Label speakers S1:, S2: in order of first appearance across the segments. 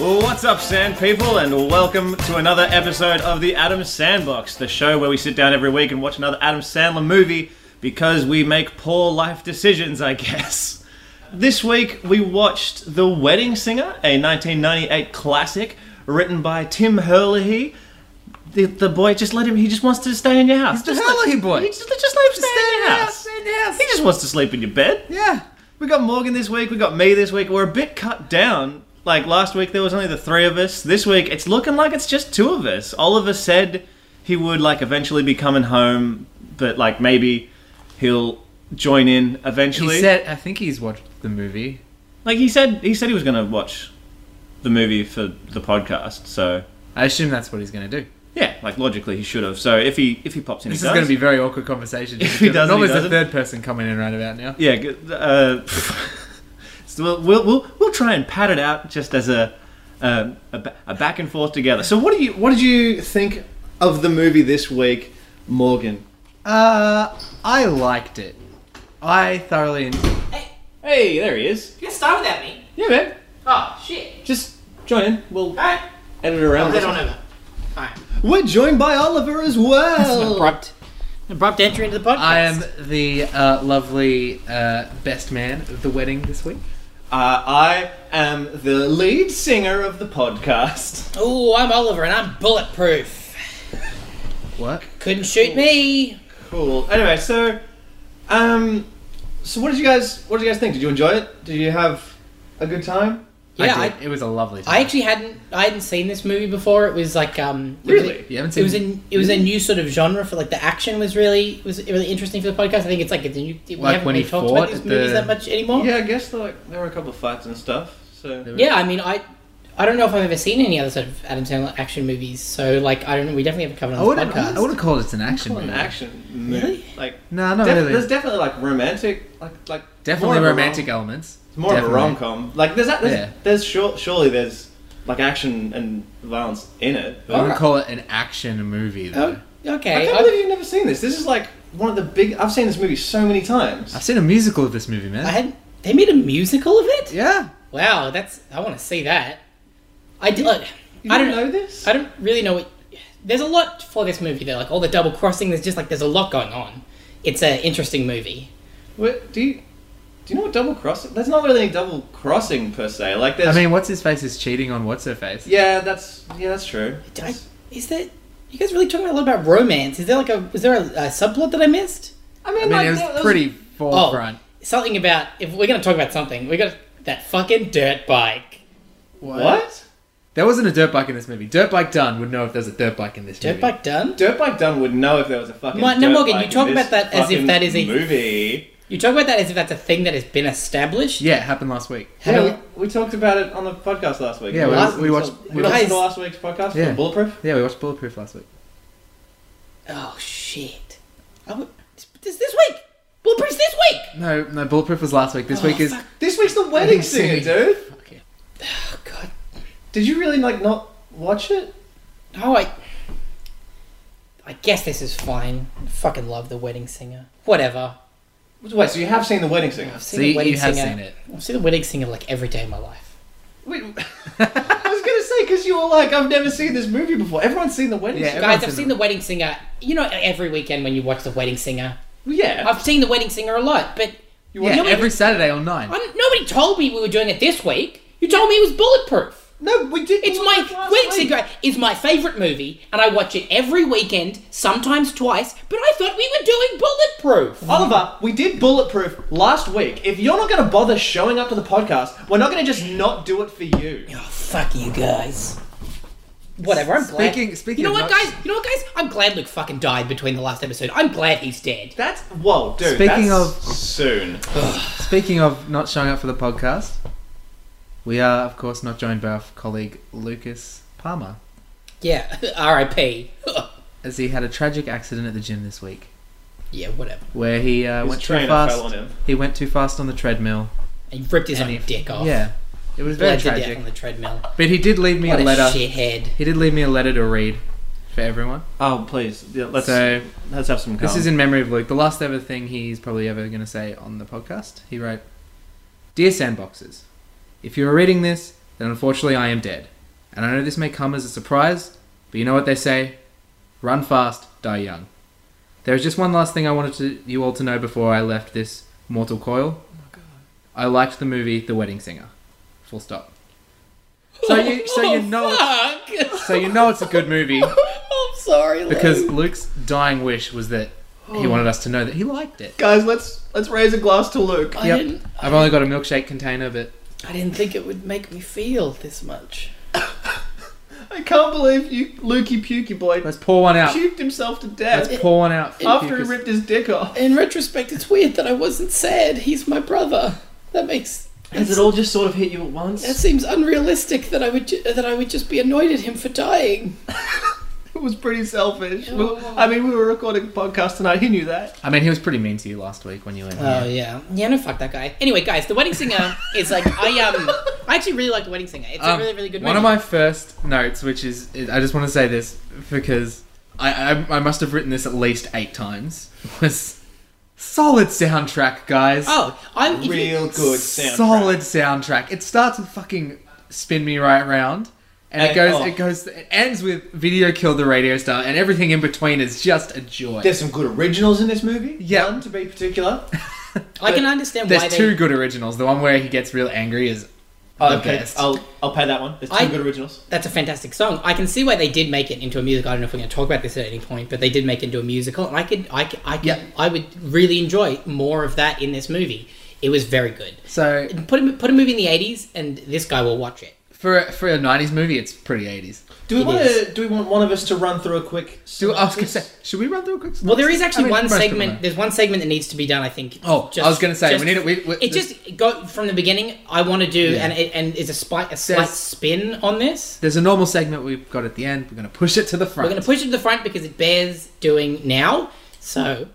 S1: What's up, Sand People, and welcome to another episode of the Adam Sandbox, the show where we sit down every week and watch another Adam Sandler movie because we make poor life decisions, I guess. This week we watched The Wedding Singer, a 1998 classic written by Tim Herlihy. The, the boy just let him. He just wants to stay in your house.
S2: The
S1: Just
S2: hell
S1: let-
S2: are you, boy?
S1: he just, just let him stay, in your house.
S2: Yes.
S1: He just wants to sleep in your bed.
S2: Yeah.
S1: We got Morgan this week. We got me this week. We're a bit cut down. Like last week, there was only the three of us. This week, it's looking like it's just two of us. Oliver said he would like eventually be coming home, but like maybe he'll join in eventually.
S2: He said, I think he's watched the movie.
S1: like he said, he said he was going to watch the movie for the podcast. So
S2: I assume that's what he's going to do.
S1: yeah, like logically, he should have. So if he if he pops in,
S2: This
S1: he
S2: is
S1: does.
S2: going to be a very awkward conversation.
S1: If he doesn't, he
S2: Normally it's
S1: doesn't.
S2: the third person coming in right about now.
S1: Yeah, good- uh, so we'll, we'll we'll we'll try and pat it out just as a um, a, ba- a back and forth together. So what do you what did you think of the movie this week, Morgan?
S2: Uh, I liked it. I thoroughly. en-
S1: Hey, there he is.
S3: You can start without me.
S1: Yeah, man.
S3: Oh shit.
S1: Just join in. We'll
S3: Alright.
S1: edit around.
S3: Head on over. Alright.
S1: We're joined by Oliver as well.
S3: Abrupt. Abrupt entry into the podcast.
S2: I am the uh, lovely uh, best man of the wedding this week.
S1: Uh, I am the lead singer of the podcast.
S3: Ooh, I'm Oliver and I'm bulletproof.
S2: What?
S3: Couldn't shoot me.
S1: Cool. Anyway, so um, so what did you guys what did you guys think? Did you enjoy it? Did you have a good time?
S3: Yeah,
S2: I
S3: I,
S2: did. it was a lovely time.
S3: I, actually hadn't I hadn't seen this movie before. It was like um it was-
S1: Really?
S2: you haven't
S3: It
S2: seen Hmm?
S3: was a it was a new sort of genre for like the action was really was really interesting for the podcast. I think it's like it's a new we
S2: Like
S3: haven't
S2: when
S3: really
S2: he
S3: talked
S2: fought
S3: about these
S2: at the-
S3: movies that much anymore.
S1: Yeah, I guess like there were a couple of fights and stuff. So
S3: Yeah, I mean, I I don't know if I've ever seen any other sort of Adam Sandler action movies. So like, I don't know. We definitely haven't covered it
S2: I
S3: on
S2: would
S3: this podcast.
S2: have. I would have called it an action
S1: an
S2: movie.
S1: action movie.
S3: Really?
S1: Like
S2: No, not
S1: def-
S2: really.
S1: there's definitely like romantic, like like more
S2: definitely
S1: of a
S2: romantic
S1: Rom-
S2: elements.
S1: it's more
S2: definitely.
S1: of a rom com. Like there's that. There's,
S2: Yeah.
S1: there's sure, surely there's like action and violence in it. but-
S2: I wouldn't call it an action movie though.
S3: Oh,
S1: I
S3: okay.
S1: can't
S3: I've-
S1: believe you've never seen this. This is like one of the big. I've seen this movie so many times.
S2: I've seen a musical of this movie, man.
S3: I had they made a musical of it.
S2: yeah.
S3: Wow, that's I want to see that. I did. Look,
S1: You
S3: I don't
S1: didn't know this.
S3: I don't really know. what... There's a lot for this movie though. Like all the double crossing. There's just like there's a lot going on. It's an interesting movie.
S1: What, do you? Do you know what double crossing? There's not really any double crossing per se. Like there's.
S2: I mean, what's his face is cheating on what's her face.
S1: yeah, that's yeah, that's true.
S3: Did I, is there? You guys really talking a lot about romance? Is there like a was there a, a subplot that I missed? Oh,
S1: I mean,
S2: I mean,
S1: like,
S2: it
S1: there-
S2: was
S1: there
S2: pretty forefront.
S3: Something about if we're gonna talk about something, we got that fucking dirt bike.
S1: What?
S2: There wasn't a dirt bike in this movie. Dirt bike Dunn would know if there's a dirt bike in this
S3: Dirt
S2: movie.
S3: bike done.
S1: Dirtbike Dunn would know if there was a fucking.
S3: Mo- no,
S1: dirt
S3: Morgan,
S1: bike
S3: you
S1: in
S3: talk
S1: this
S3: about that as if
S1: fucking
S3: that is a-
S1: movie.
S3: You talk about that as if that's a thing that has been established.
S2: Yeah, it happened last week.
S3: How do
S1: Yeah, we, we talked about it on the podcast last week.
S2: Yeah, we-
S1: Last-
S2: we watched-
S1: You
S2: we
S1: listened
S3: watched-
S1: to last week's podcast.
S2: Yeah.
S1: for Bulletproof.
S2: Yeah, we watched Bulletproof last week.
S3: Oh shit! I would, this, this this week. Bulletproof's this week.
S2: No, no, Bulletproof was last week. This
S3: Oh,
S2: week is
S3: fuck.
S1: This week's the wedding singer, dude.
S3: Fuck it. Oh god.
S1: Did you really like not watch it?
S3: No, Oh, I. I guess this is fine. I fucking love the wedding singer. Whatever.
S1: Wait, so you have seen the wedding singer?
S3: I've seen
S2: see
S3: the wedding
S2: you have
S3: singer.
S2: seen it.
S3: I've seen the wedding singer like every day of my life.
S1: Wait, I was gonna say because you were like, I've never seen this movie before. Everyone's seen the wedding
S2: Yeah,
S1: singer.
S2: Everyone's
S3: Guys, I've
S2: seen
S3: seen
S2: it.
S3: the wedding singer. You know, every weekend when you watch the wedding singer.
S1: Yeah.
S3: I've seen the wedding singer a lot, but
S1: You
S2: Yeah,
S1: watched-
S3: nobody-
S2: every Saturday on nine.
S3: I don't- nobody told me we were doing it this week. You told me it was bulletproof.
S1: No, we did.
S3: It's
S1: Bulletproof
S3: Oh my
S1: last
S3: Wedding
S1: week.
S3: Singer is my favorite movie, and I watch it every weekend, sometimes twice. But I thought we were doing Bulletproof.
S1: Oliver, we did bulletproof last week. If you're not going to bother showing up to the podcast, we're not going to just not do it for you.
S3: Oh fuck you guys. Whatever. I'm glad.
S2: Speaking- speaking
S3: you know
S2: of
S3: what,
S2: not-
S3: guys? You know what, guys? I'm glad Luke fucking died between the last episode. I'm glad he's dead.
S1: That's whoa, dude.
S2: Speaking
S1: that's
S2: of-
S1: soon,
S2: Speaking of not showing up for the podcast, we are of course not joined by our colleague Lucas Palmer,
S3: Yeah. R.I.P.
S2: as he had a tragic accident at the gym this week,
S3: yeah. Whatever.
S2: where he uh,
S1: his
S2: went too
S1: trainer
S2: fast.
S1: fell on him.
S2: He went too fast on the treadmill.
S3: He ripped his
S2: and
S3: own
S2: he-
S3: dick off.
S2: Yeah, it was very
S3: Bled to
S2: tragic.
S3: death on the treadmill.
S2: But he did leave me
S3: What
S2: a
S3: a
S2: letter.
S3: shithead.
S2: He did leave me a letter to read for everyone.
S1: Oh please, yeah, let's
S2: so
S1: let's have some.
S2: this
S1: calm.
S2: is in memory of Luke. The last ever thing he's probably ever going to say on the podcast. He wrote, "Dear Sandboxes, if you are reading this, then unfortunately I am dead. And I know this may come as a surprise, but you know what they say? Run fast, die young. There is just one last thing I wanted to, you all to know before I left this mortal coil. I liked the movie The Wedding Singer. Full stop. So you, so you know, it's,
S3: Oh, Fuck!
S2: so you know it's a good movie
S3: I'm sorry,
S2: because
S3: Lou.
S2: Luke's dying wish was that he
S3: Oh.
S2: wanted us to know that he liked it.
S1: Guys, let's let's raise a glass to Luke.
S3: I,
S2: Yep.
S3: didn't,
S2: I've only got a milkshake container, but
S3: I didn't think it would make me feel this much.
S1: I can't believe you, Lukey Pukey boy,
S2: let's pour one out.
S1: puked himself to
S2: Let's
S1: death
S2: pour one out. for
S1: after he
S2: Lucas.
S1: ripped his dick off.
S3: In retrospect, it's weird that I wasn't sad. He's my brother. That makes
S1: Has it all just sort of hit you at once?
S3: that seems unrealistic. That I would ju- that I would just be annoyed at him for dying.
S1: It was pretty selfish. We-
S3: Oh.
S1: I mean, we were recording a podcast tonight. He knew that.
S2: I mean, he was pretty mean to you last week when you went.
S3: Oh
S2: here.
S3: yeah, yeah. No, fuck that guy. Anyway, guys, The Wedding Singer is like I um I actually really like The Wedding Singer. It's
S2: Um,
S3: a really really good
S2: One
S3: movie.
S2: of my first notes, which is, I just want to say this because I, I, I must have written this at least eight times, was solid soundtrack, guys.
S3: oh, I'm if you-
S2: Solid soundtrack. It starts with fucking "Spin Me Right Round," and
S1: And-
S2: it goes,
S1: oh.
S2: it goes, it ends with "Video Killed the Radio Star," and everything in between is just a joy.
S1: There's some good originals in this movie.
S2: Yeah.
S1: One, to be particular.
S3: I can understand
S2: There's
S3: why they-
S2: two good originals. The one where he gets real angry is
S1: Oh,
S2: the best.
S1: I'll I'll pay that one. There's two
S3: I-
S1: good originals.
S3: that's a fantastic song. I can see why they did make it into a musical. I don't know if we're going to talk about this at any point, but they did make it into a musical, and I could, I, could, I, could,
S2: Yeah.
S3: I would really enjoy more of that in this movie. It was very good.
S2: so
S3: Put a, put a movie in the '80s, and this guy will watch it.
S2: for a, for a '90s movie, it's pretty '80s.
S1: Do we
S3: It
S1: want
S3: is.
S1: to? Do we want one of us to run through a quick?
S2: Do I was gonna
S1: synopsis?
S2: say, should we run through a quick?
S3: Well, there is
S2: synopsis?
S3: actually
S2: I mean,
S3: one
S2: most of them
S3: segment.
S2: are.
S3: There's one segment that needs to be done. I think.
S2: Oh, I was gonna say, we need to- we- we-
S3: it just go from the beginning. I want to do,
S2: Yeah.
S3: and it, and is a, spi- a slight
S2: There's-
S3: spin on this.
S2: There's a normal segment we've got at the end. We're gonna push it to the front.
S3: We're going to push it to the front because it bears doing now. So.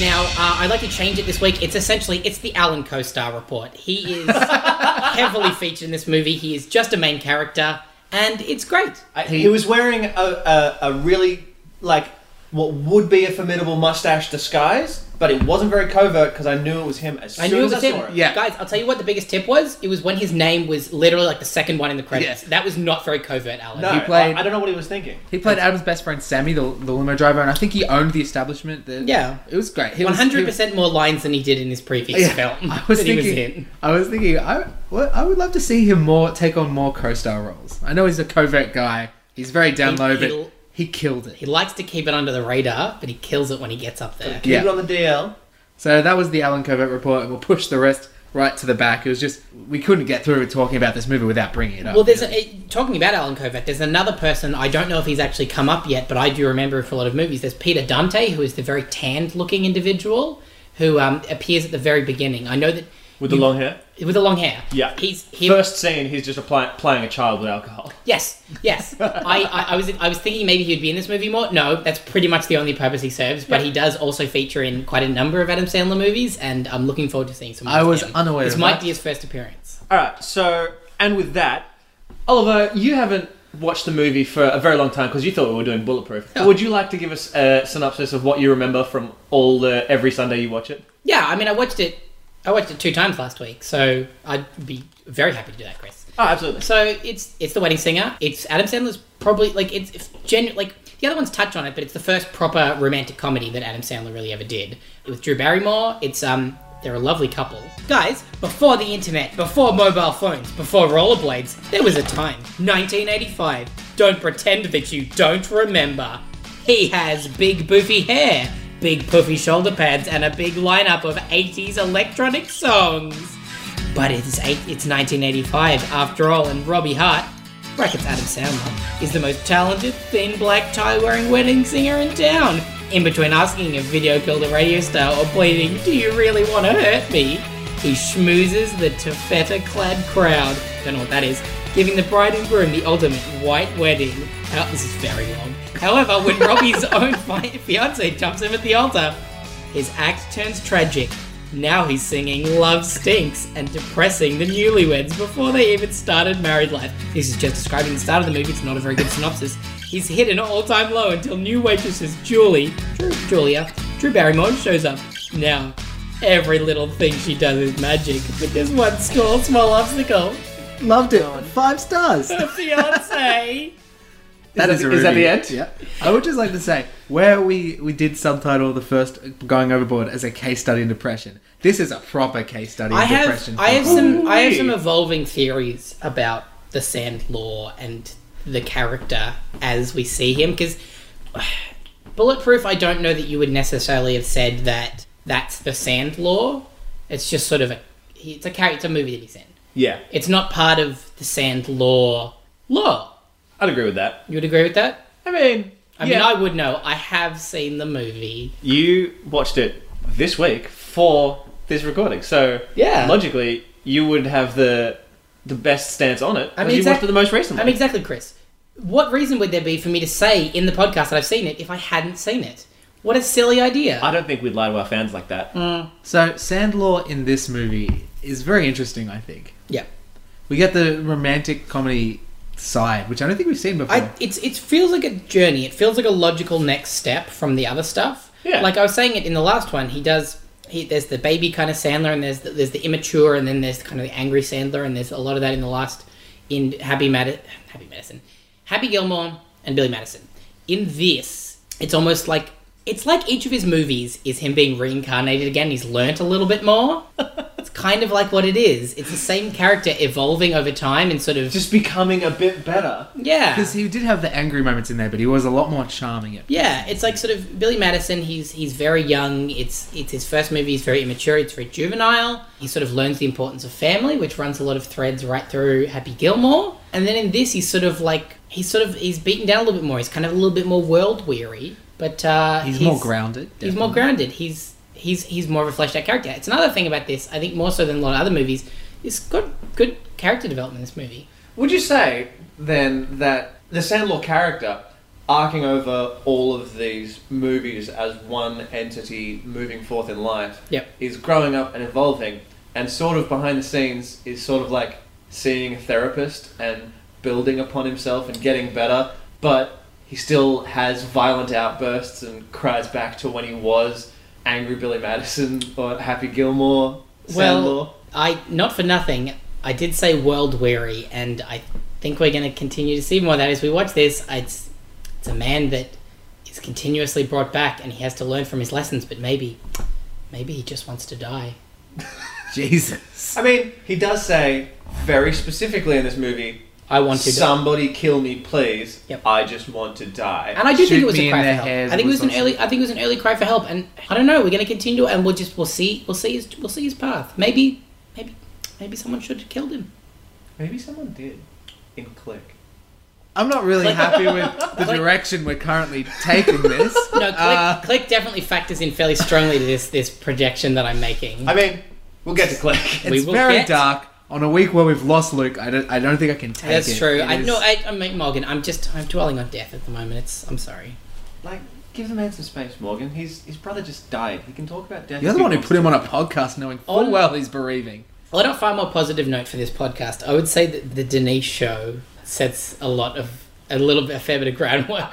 S3: Now, uh, I'd like to change it this week. It's essentially, it's the Alan co-star report. He is heavily featured in this movie. He is just a main character, and it's great.
S1: I, he, was wearing a, a, a really like what would be a formidable mustache disguise, but it wasn't very covert because I knew it was him as
S3: I
S1: soon
S3: knew it
S1: as
S3: was
S1: I saw
S3: him.
S1: it.
S2: Yeah.
S3: Guys, I'll tell you what the biggest tip was. It was when his name was literally like the second one in the credits.
S2: Yeah.
S3: That was not very covert, Alan.
S1: No,
S2: He played-
S1: I, I don't know what he was thinking.
S2: He played Adam's best friend Sammy, the, the limo driver, and I think he owned the establishment. That
S3: Yeah.
S2: it was great. He was-
S3: One
S2: he
S3: hundred
S2: was-
S3: percent more lines than he did in his previous
S2: Yeah,
S3: film.
S2: I was
S3: that he was
S2: thinking.
S3: in.
S2: I was thinking. I well, I would love to see him more take on more co-star roles. I know he's a covert guy. He's very down
S3: He-
S2: low,
S3: he'll-
S2: but he killed it.
S3: He likes to keep it under the radar, but he kills it when he gets up there.
S1: Keep
S2: Yeah.
S1: it on the DL.
S2: So that was the Alan Covert report, and we'll push the rest right to the back. It was just we couldn't get through with talking about this movie without bringing it up.
S3: Well, there's a, it- talking about Alan Kovac. There's another person I don't know if he's actually come up yet, but I do remember him for a lot of movies. There's Peter Dante, who is the very tanned-looking individual who um, appears at the very beginning. I know that
S1: With the long hair?
S3: with the long hair.
S1: Yeah.
S3: he's him.
S1: First scene, he's just apply, playing a child with alcohol.
S3: Yes, yes. I, I, I was I was thinking maybe he'd be in this movie more. No, that's pretty much the only purpose he serves. But he does also feature in quite a number of Adam Sandler movies, and I'm looking forward to seeing some.
S2: I
S3: of
S2: was
S3: him.
S2: unaware
S3: This
S2: of
S3: might
S2: that.
S3: be his first appearance.
S1: All right, so, and with that, Oliver, you haven't watched the movie for a very long time because you thought we were doing Bulletproof. Would you like to give us a synopsis of what you remember from all the, every Sunday you watch it?
S3: Yeah, I mean, I watched it. I watched it two times last week, so I'd be very happy to do that, Chris.
S1: Oh, absolutely.
S3: So it's it's the wedding singer. It's Adam Sandler's probably like it's, it's genu- like the other ones touch on it, but it's the first proper romantic comedy that Adam Sandler really ever did with Drew Barrymore. It's um they're a lovely couple, guys. Before the internet, before mobile phones, before rollerblades, there was a time 1985. Don't pretend that you don't remember. He has big boofy hair, big puffy shoulder pads, and a big lineup of 80s electronic songs. But it's eight, it's 1985 after all, and Robbie Hart, brackets Adam Sandler, is the most talented, thin, black tie wearing wedding singer in town. In between asking if video killed a radio star or pleading, Do you really want to hurt me? He schmoozes the taffeta clad crowd, don't know what that is, giving the bride and groom the ultimate white wedding. How, this is very long. However, when Robbie's own fi- fiance jumps him at the altar, his act turns tragic. Now he's singing Love Stinks and depressing the newlyweds before they even started married life. This is just describing the start of the movie, it's not a very good synopsis. He's hit an all time low until new waitresses Julie, Drew- Julia, Drew Barrymore shows up. Now, Every little thing she does is magic, but there's one small, small obstacle.
S4: Loved it. Five stars.
S3: The fiance.
S2: That is,
S4: that,
S2: a
S4: is that the
S2: review.
S4: end?
S2: Yeah. I would just like to say where we we did subtitle the first going overboard as a case study in depression. This is a proper case study in
S3: I
S2: depression.
S3: have, I have
S2: folks.
S3: some, I have
S4: Ooh-wee.
S3: some evolving theories about the Sand Law and the character as we see him. Because Bulletproof, I don't know that you would necessarily have said that that's the Sand Law. It's just sort of a, it's a character, it's a movie that he's in.
S1: Yeah,
S3: It's not part of the Sand Law law.
S1: I'd agree with that.
S3: You would agree with that?
S1: I mean,
S3: I
S1: yeah.
S3: mean, I would know. I have seen the movie.
S1: you watched it this week for this recording, so
S3: Yeah.
S1: logically you would have the the best stance on it.
S3: I
S1: I
S3: mean,
S1: mean, you
S3: exact-
S1: watched it the most recently.
S3: I mean, exactly, Chris. What reason would there be for me to say in the podcast that I've seen it if I hadn't seen it? What a silly idea.
S1: I don't think we'd lie to our fans like that.
S3: Mm.
S2: So Sandlaw in this movie is very interesting. I think
S3: yeah.
S2: we get the romantic comedy side, which I don't think we've seen before.
S3: I, it's it feels like a journey. It feels like a logical next step from the other stuff.
S1: Yeah.
S3: Like I was saying it in the last one, he does. He, there's the baby kind of Sandler, and there's the, there's the immature, and then there's kind of the angry Sandler, and there's a lot of that in the last in Happy Mad Happy Madison, Happy Gilmore, and Billy Madison. In this, it's almost like it's like each of his movies is him being reincarnated again. He's learnt a little bit more. it's kind of like what it is. It's the same character evolving over time and sort of
S1: Just becoming a bit better.
S3: yeah.
S2: Because he did have the angry moments in there, but he was a lot more charming. At
S3: Yeah, it's like sort of Billy Madison. He's he's very young. It's it's his first movie. He's very immature. It's very juvenile. He sort of learns the importance of family, which runs a lot of threads right through Happy Gilmore. And then in this, he's sort of like he's sort of he's beaten down a little bit more. He's kind of a little bit more world weary, but uh,
S2: he's, more grounded.
S3: He's more
S2: definitely.
S3: grounded. He's he's he's more of a fleshed out character. It's another thing about this. I think more so than a lot of other movies. It's got good character development in this movie.
S1: Would you say then that the Sandlaw character arcing over all of these movies as one entity moving forth in life
S3: Yep.
S1: is growing up and evolving and sort of behind the scenes is sort of like seeing a therapist and building upon himself and getting better but he still has violent outbursts and cries back to when he was angry Billy Madison or Happy Gilmore Sandlaw
S3: Well, I not for nothing. I did say world weary, and I think we're going to continue to see more of that as we watch this. It's it's a man that is continuously brought back, and he has to learn from his lessons. But maybe, maybe he just wants to die.
S2: Jesus.
S1: I mean he does say very specifically in this movie
S3: I want to die.
S1: Somebody kill me, please.
S3: Yep.
S1: I just want to die.
S3: And I do
S2: Shoot
S3: think it was
S2: me
S3: a
S2: in
S3: cry for
S2: the
S3: help.
S2: head
S3: I think it was an
S2: was
S3: early. I think it was an early cry for help, and I don't know. We're going to continue, and we'll just we'll see. We'll see his we'll see his path. Maybe, maybe, maybe someone should have killed him.
S1: Maybe someone did in Click.
S2: I'm not really happy with the
S3: Click.
S2: direction we're currently taking this.
S3: No, click,
S2: Uh,
S3: click definitely factors in fairly strongly to this this projection that I'm making.
S1: I mean, we'll get to Click.
S3: We
S2: it's
S3: will
S2: very
S3: get-
S2: dark. On a week where we've lost Luke, I don't, I don't think I can take it.
S3: That's true.
S2: It
S3: I
S2: is-
S3: know. I, I mean, Morgan. I'm just. I'm dwelling on death at the moment. It's. I'm sorry.
S1: like, give the man some space, Morgan. He's, his brother just died. He can talk about death.
S2: You're
S1: if
S2: the
S1: he
S2: one who
S1: wants
S2: put him
S1: to.
S2: on a podcast knowing full
S3: On-
S2: well he's bereaving.
S3: Well, on a far more positive note for this podcast, I would say that the Denise show sets a lot of a little bit a fair bit of groundwork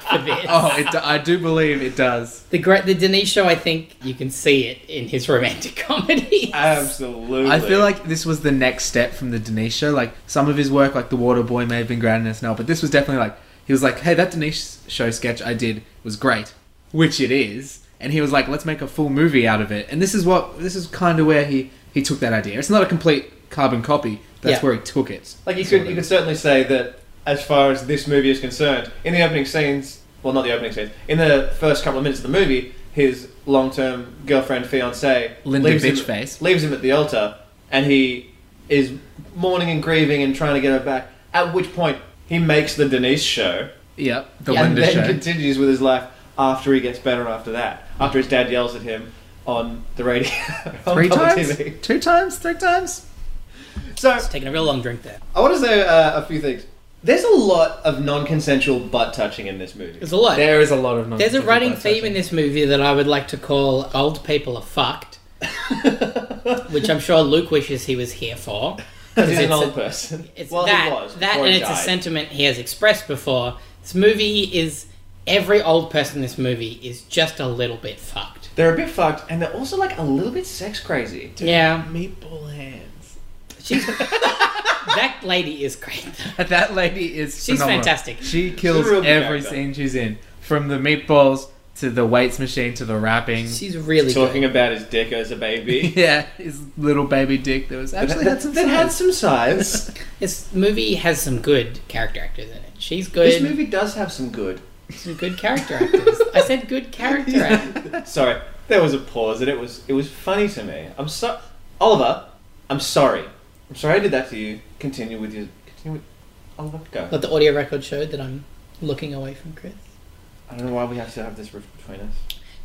S3: for this.
S2: Oh, it, do- I do believe it does.
S3: The great the Denise show. I think you can see it in his romantic comedy.
S2: Oh.
S1: Absolutely.
S2: I feel like this was the next step from the Denise show. Like some of his work, like The Water Boy, may have been grounded in snow, but this was definitely like he was like, "Hey, that Denise show sketch I did was great," which it is, and he was like, "Let's make a full movie out of it." And this is what this is kind of where he he took that idea. It's not a complete carbon copy. That's
S3: Yeah.
S2: where he took it.
S1: Like, you could,
S2: Sort
S1: you
S2: of.
S1: could certainly say that as far as this movie is concerned, in the opening scenes, well, not the opening scenes, in the first couple of minutes of the movie, his long term girlfriend, fiance,
S2: Linda
S1: him-
S2: Bitchface.
S1: leaves him at the altar, and he is mourning and grieving and trying to get her back. At which point, he makes the Denise show,
S2: Yep, the
S3: Yeah,
S1: and
S2: Linda
S1: then
S2: show.
S1: continues with his life after he gets better. After that, after his dad yells at him on the radio, on
S2: Three
S1: public
S2: times,
S1: TV.
S2: two times, three times.
S1: So
S3: It's taking a real long drink there.
S1: I want to say uh, a few things. There's a lot of non-consensual butt touching in this movie.
S3: There's a lot.
S2: There is a lot of
S3: There's a
S2: nonsense
S3: running
S2: about
S3: theme
S2: touching.
S3: in this movie that I would like to call "Old People Are Fucked," which I'm sure Luke wishes he was here for.
S1: He's
S3: it's
S1: an
S3: a-
S1: old person.
S3: It's
S1: well,
S3: that,
S1: he was
S3: that,
S1: before
S3: and
S1: he
S3: it's a
S1: died.
S3: sentiment he has expressed before. This movie is every old person. in This movie is just a little bit fucked.
S1: They're a bit fucked, and they're also like a little bit sex crazy.
S3: Yeah,
S5: Meatball hands.
S3: she's that lady is great.
S1: Mm-hmm.
S2: That lady is
S3: She's
S2: phenomenal.
S3: fantastic.
S2: She kills
S1: She's a real good
S2: every
S1: actor.
S2: scene she's in, from the meatballs to the weights machine to the rapping.
S3: She's really good.
S1: Talking about his dick as a baby.
S2: yeah, his little baby dick that was actually
S4: had some
S1: That
S4: size.
S1: had some size.
S3: This movie has some good character actors in it. She's
S1: this
S3: good.
S1: movie does have some good.
S3: Some good character actors. I said good character actors.
S1: Sorry, there was a pause, and it was it was funny to me. I'm so Oliver. I'm sorry. I'm sorry I did that to you. Continue with your continue with Oliver. Go.
S3: But the audio record showed that I'm looking away from Chris.
S1: I don't know why we have to have this rift between us.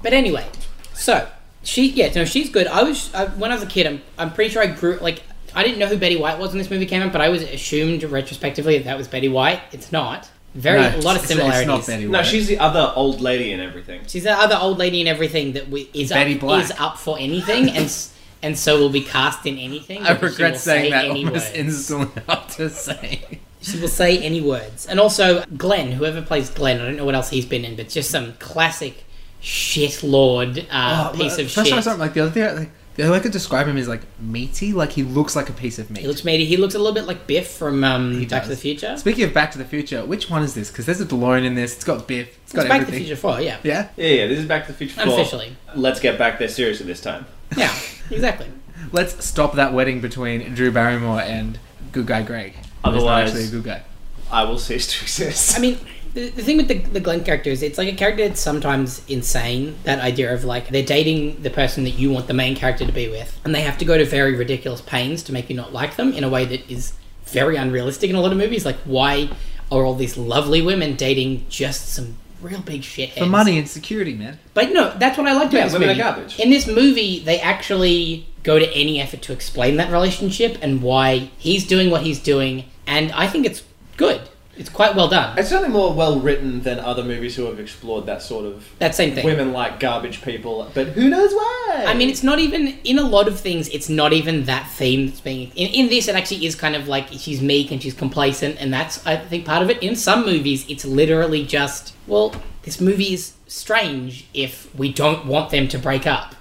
S3: But anyway, so she yeah no she's good. I was I, when I was a kid. I'm I'm pretty sure I grew like I didn't know who Betty White was when this movie came out, but I was assumed retrospectively that that was Betty White. It's not. Very
S2: No,
S3: a lot of
S2: it's- it's not
S3: similarities.
S2: Betty
S1: No,
S2: White.
S1: she's the other old lady and everything.
S3: She's that other old lady and everything that we, is
S2: Betty
S3: up,
S2: Black.
S3: is up for anything and s- and so will be cast in anything.
S2: I
S3: because she will
S2: regret
S3: say
S2: saying that
S3: any
S2: almost
S3: words.
S2: instantly after saying.
S3: She will say any words. And also, Glenn, whoever plays Glenn, I don't know what else he's been in, but just some classic shit lord uh,
S2: Oh,
S3: piece of
S2: first time I
S3: shit.
S2: saw him, like the other thing, like the other way I could describe him is like meaty. Like he looks like a piece of meat.
S3: He looks meaty. He looks a little bit like Biff from um,
S2: He
S3: Back to the
S2: does.
S3: Future. It's
S2: Speaking of Back to the Future, which one is this? Because there's a DeLorean in this. It's got Biff. It's got
S3: Back to the
S2: everything.
S3: Future 4, yeah.
S2: Yeah.
S1: Yeah, yeah. This is Back to the Future. four.
S3: Unofficially.
S1: Let's get back there seriously this time.
S3: Yeah, exactly.
S2: Let's stop that wedding between Drew Barrymore and Good Guy Greg. who is not
S1: Otherwise-
S2: actually a good guy.
S1: I will cease to exist.
S3: I mean, the, the thing with the, the Glenn character is it's like a character that's sometimes insane. That idea of like they're dating the person that you want the main character to be with, and they have to go to very ridiculous pains to make you not like them in a way that is very unrealistic in a lot of movies. Like, why are all these lovely women dating just some real big shitheads
S2: For money and security, man.
S3: But no, that's what I liked
S1: Yeah,
S3: about this
S1: women
S3: movie.
S1: are garbage.
S3: In this movie, they actually go to any effort to explain that relationship and why he's doing what he's doing, and I think it's good. It's quite well done.
S1: It's certainly more well written than other movies who have explored that sort of
S3: That same thing.
S1: women like garbage people, but who knows why?
S3: I mean, it's not even in a lot of things. It's not even that theme that's being in, in this. It actually is kind of like she's meek and she's complacent, and that's I think part of it. In some movies, it's literally just well, this movie is strange if we don't want them to break up.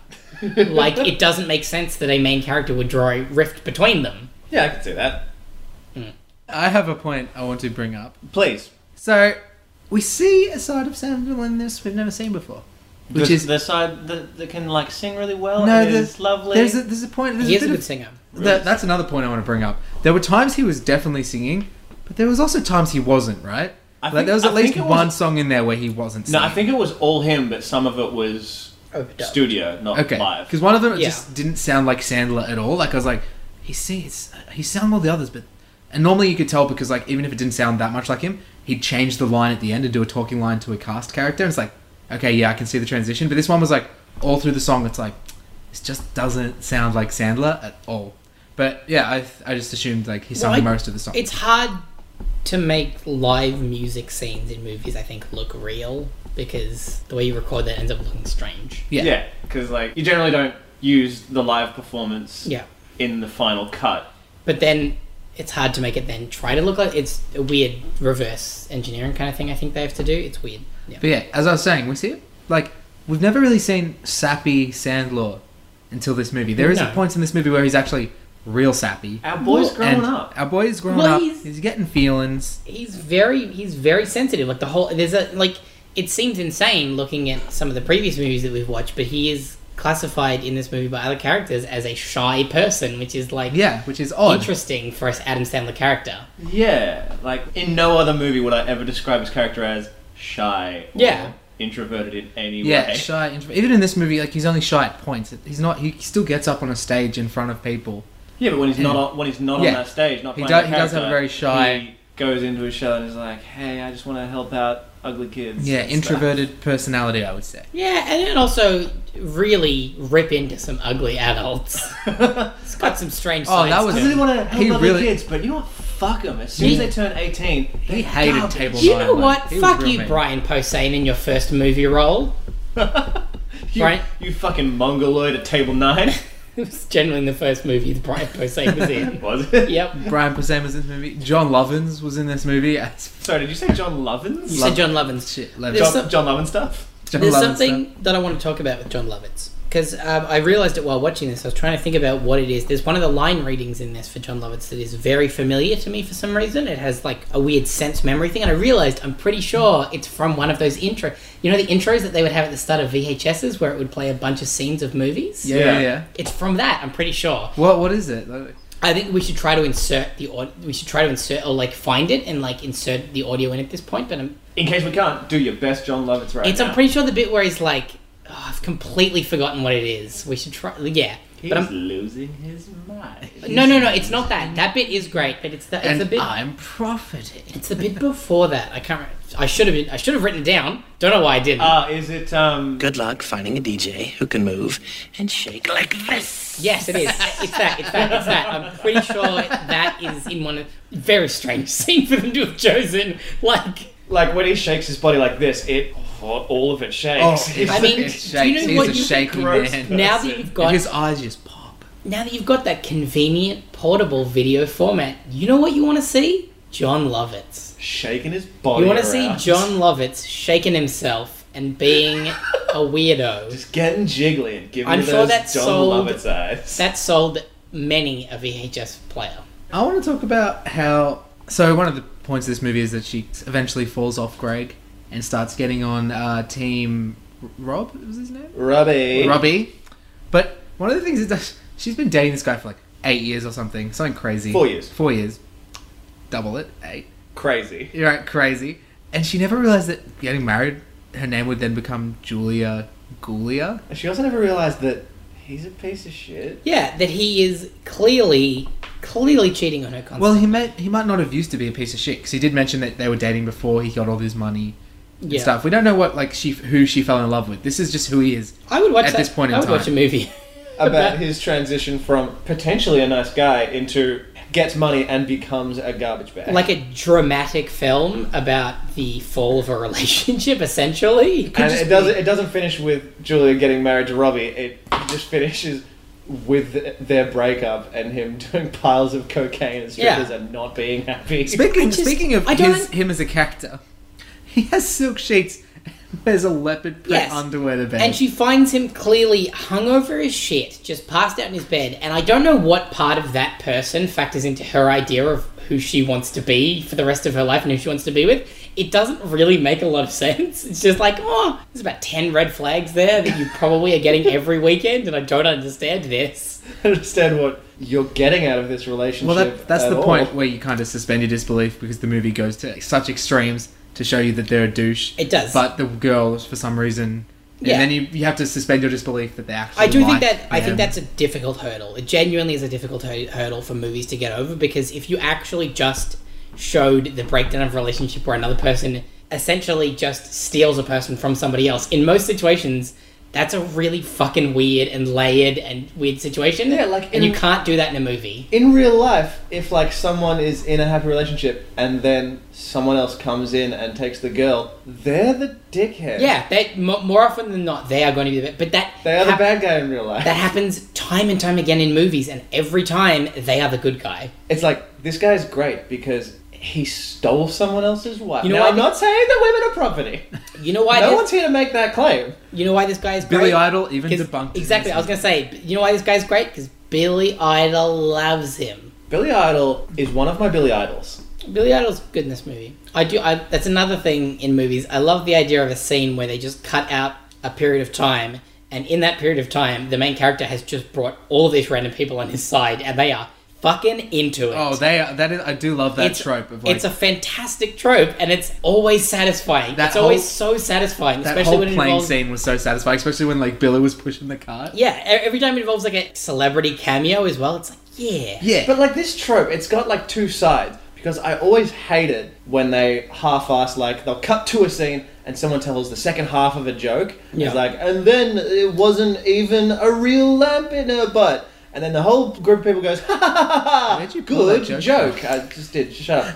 S3: like it doesn't make sense that a main character would draw a rift between them.
S1: yeah, I can see that.
S2: I have a point I want to bring up.
S1: Please,
S2: So we see a side of Sandville in this we've never seen before, which
S1: the,
S2: is
S1: the side that, that can like sing really well.
S2: no.
S1: and
S2: There's
S1: is lovely.
S2: There's a, there's a point. There's
S3: He
S2: a
S3: is a
S2: bit
S3: good
S2: of,
S3: singer.
S2: That, that's another point I want to bring up. There were times he was definitely singing, but there was also times he wasn't. Right?
S1: I
S2: like
S1: think-
S2: there was
S1: I
S2: at least
S1: think it
S2: one
S1: was-
S2: song in there where he wasn't.
S1: no,
S2: Singing.
S1: I think it was all him, but some of it was
S3: Overdub.
S1: studio, not
S2: okay
S1: live.
S2: because one of them it
S3: Yeah.
S2: just didn't sound like Sandler at all. Like I was like, he sings, he sounded all the others, but and normally you could tell because like even if it didn't sound that much like him, he'd change the line at the end and do a talking line to a cast character. And it's like, okay, yeah, I can see the transition. But this one was like all through the song, it's like this just doesn't sound like Sandler at all. But yeah, I I just assumed like he sang
S3: Well, I-
S2: most of the song.
S3: It's hard to make live music scenes in movies. I think look real because the way you record that ends up looking strange.
S2: yeah,
S1: yeah, because like you generally don't use the live performance
S3: Yeah.
S1: in the final cut.
S3: but then it's hard to make it then try to look like it's a weird reverse engineering kind of thing. I think they have to do. It's weird. Yeah.
S2: But yeah, as I was saying, we see it like we've never really seen sappy Sandlor until this movie. There is
S3: No.
S2: a point in this movie where he's actually real sappy.
S1: Our boy's
S3: Well,
S1: growing
S2: And
S1: up.
S2: Our boy's grown
S3: Well,
S2: up.
S3: he's-
S2: He's... getting feelings.
S3: He's very he's very sensitive. Like the whole there's a like it seems insane looking at some of the previous movies that we've watched, but he is classified in this movie by other characters as a shy person, which is like
S2: Yeah, which is odd.
S3: interesting for us Adam Sandler character.
S1: Yeah, like in no other movie would I ever describe his character as shy. Or
S3: Yeah.
S1: Introverted in any
S2: Yeah,
S1: way.
S2: shy. Intro- Even in this movie, like he's only shy at points. He's not. He still gets up on a stage in front of people.
S1: Yeah, but when he's not
S2: Yeah.
S1: on, when he's not
S2: Yeah.
S1: on that stage, not
S2: He
S1: playing
S2: do-
S1: the
S2: he does have a
S1: character,
S2: very shy-
S1: He goes into his show and is like, "Hey, I just want to help out ugly kids."
S2: Yeah,
S1: and
S2: introverted personality, I would say.
S3: Yeah, and then also really rip into some ugly adults.
S1: stuff."
S3: it's got some strange.
S2: Oh,
S3: sides
S2: that
S3: to
S2: was-
S1: I
S3: it.
S1: really want to help
S2: He
S1: ugly
S2: really-
S1: kids, but you know what? Fuck them. As soon as
S3: He-
S1: they turn eighteen,
S2: He hated Table
S3: You know
S2: Nine, like,
S3: what?
S2: he was
S3: Fuck
S2: real
S3: you,
S2: mean.
S3: Brian Posehn, in your first movie role.
S1: you,
S3: Right.
S1: You fucking mongoloid at table nine.
S3: It was generally in the first movie that Brian Posehn was in.
S1: Was it?
S3: yep.
S2: Brian Posehn was in this movie. John Lovins was in this movie. as
S1: Sorry, did you say John Lovins?
S3: You said John Lovins.
S2: shit. Lovins.
S3: There's
S1: John,
S3: some-
S1: John Lovins stuff.
S2: John
S3: There's
S2: Lovitz
S3: something that I want to talk about with John Lovitz because um, I realized it while watching this. I was trying to think about what it is. There's one of the line readings in this for John Lovitz that is very familiar to me for some reason. It has like a weird sense memory thing, and I realized I'm pretty sure it's from one of those intro. You know the intros that they would have at the start of VHSs where it would play a bunch of scenes of movies.
S2: Yeah, yeah,
S1: Yeah.
S2: yeah.
S3: It's from that. I'm pretty sure.
S2: What what is it? Like-
S3: I think we should try to insert the audio. We should try to insert or like find it and like insert the audio in at this point. But I'm,
S1: In case we can't, do your best, John Lovitz. Right
S3: it's
S1: now.
S3: I'm pretty sure the bit where he's like, oh, I've completely forgotten what it is. We should try. Yeah, but I'm
S1: losing his mind.
S3: no, no, no. It's not that. That bit is great, but it's the it's
S2: and
S3: the bit.
S2: I'm profiting.
S3: It's the bit before that. I can't. remember. I should have been. I should have written it down. Don't know why I didn't.
S1: Uh, is it um?
S5: Good luck finding a DJ who can move and shake like this.
S3: yes, it is. It's that. It's that. It's that. I'm pretty sure that is in one of very strange scene for them to have chosen. Like.
S1: Like when he shakes his body like this, it all of it shakes.
S2: Oh,
S1: It's-
S3: Oh, I mean,
S2: it shakes.
S3: do you know
S2: He's
S3: what
S2: a
S3: you-
S2: shaky
S1: Gross.
S2: man.
S3: Now that
S1: Person.
S3: you've got
S2: His eyes just pop.
S3: Now that you've got that convenient portable video format, you know what you want to see? John Lovitz.
S1: shaking his body.
S3: You want to
S1: around.
S3: see John Lovitz shaking himself and being a weirdo.
S1: just getting jiggly and giving
S3: I'm
S1: you
S3: sure
S1: those
S3: that's
S1: John
S3: sold-
S1: Lovitz eyes.
S3: That sold many a VHS player.
S2: I want to talk about how. So one of the points of this movie is that she eventually falls off Greg and starts getting on uh, Team R- Rob. Was his name?
S1: Robbie.
S2: Robbie. But one of the things is that she's been dating this guy for like eight years or something, something crazy.
S1: Four years.
S2: Four years. Double it, eight.
S1: Crazy.
S2: You're right, crazy. And she never realized that getting married, her name would then become Julia Gulia.
S1: And she also never realized that he's a piece of shit.
S3: Yeah, that he is clearly, clearly cheating on her constantly.
S2: Well, he might he might not have used to be a piece of shit because he did mention that they were dating before he got all his money and
S3: Yeah.
S2: stuff. We don't know what like she who she fell in love with. This is just who he is.
S3: I would watch
S2: at
S3: that-
S2: this point in
S3: I would
S2: time.
S3: watch a movie.
S1: About his transition from potentially a nice guy into gets money and becomes a garbage bag.
S3: like a dramatic film about the fall of a relationship, essentially.
S1: and it doesn't. It doesn't finish with Julia getting married to Robbie. It just finishes with th- their breakup and him doing piles of cocaine and strippers
S3: Yeah.
S1: and not being happy.
S2: Speaking,
S3: just-
S2: speaking of
S3: I don't-
S2: his, him as a cactus, he has silk sheets. There's a leopard print
S3: Yes.
S2: underwear to bed.
S3: And she finds him clearly hungover as shit, just passed out in his bed. And I don't know what part of that person factors into her idea of who she wants to be for the rest of her life and who she wants to be with. It doesn't really make a lot of sense. It's just like, oh, there's about 10 red flags there that you probably are getting every weekend, and I don't understand this.
S1: I understand what you're getting out of this relationship.
S2: well, that, that's
S1: at
S2: the
S1: all.
S2: point where you kind of suspend your disbelief because the movie goes to such extremes to show you that they're a douche.
S3: It does.
S2: But the girl, for some reason, and
S3: Yeah.
S2: then you, you have to suspend your disbelief that they actually.
S3: I do think
S2: like
S3: that I think
S2: them.
S3: that's a difficult hurdle. It genuinely is a difficult hur- hurdle for movies to get over because if you actually just showed the breakdown of a relationship where another person essentially just steals a person from somebody else, in most situations, that's a really fucking weird and layered and weird situation.
S1: Yeah, like
S3: and
S1: in-
S3: you can't do that in a movie.
S1: in real life, if like someone is in a happy relationship and then someone else comes in and takes the girl, they're the dickhead.
S3: Yeah, they, mo more often than not, they are going to be the best. But that
S1: They are the
S3: hap-
S1: bad guy in real life.
S3: That happens time and time again in movies, and every time they are the good guy.
S1: it's like this guy's great because he stole someone else's wife.
S3: You know
S1: Now,
S3: what I
S1: I'm
S3: think-
S1: not saying that women are property.
S3: You know why?
S1: no
S3: this-
S1: one's here to make that claim.
S3: You know why this guy is
S2: Billy
S3: great?
S2: Idol even
S3: 'Cause-
S2: debunked it.
S3: Exactly. I was gonna say. You know why this guy's great? Because Billy Idol loves him.
S1: Billy Idol is one of my Billy Idols.
S3: Billy Idol's good in this movie. I do. I, that's another thing in movies. I love the idea of a scene where they just cut out a period of time, and in that period of time, the main character has just brought all of these random people on his side, and they are fucking into it.
S2: Oh, they are, that is. I do love that
S3: it's,
S2: trope of like
S3: it's a fantastic trope, and it's always satisfying.
S2: That
S3: it's always
S2: whole-
S3: so satisfying,
S2: that
S3: especially
S2: whole
S3: when it
S2: plane
S3: involves
S2: scene was so satisfying, especially when like Billy was pushing the cart.
S3: Yeah, e- every time it involves like a celebrity cameo as well, it's like, yeah.
S2: Yeah.
S1: But like this trope, it's got like two sides because I always hate it when they half-ass like they'll cut to a scene and someone tells the second half of a joke.
S3: Yeah.
S1: It's like, and then it wasn't even a real lamp in her butt. And then the whole group of people goes, ha ha ha ha,
S2: Where'd
S1: ha
S2: you pull
S1: good
S2: that
S1: joke.
S2: joke
S1: I just did. Shut up.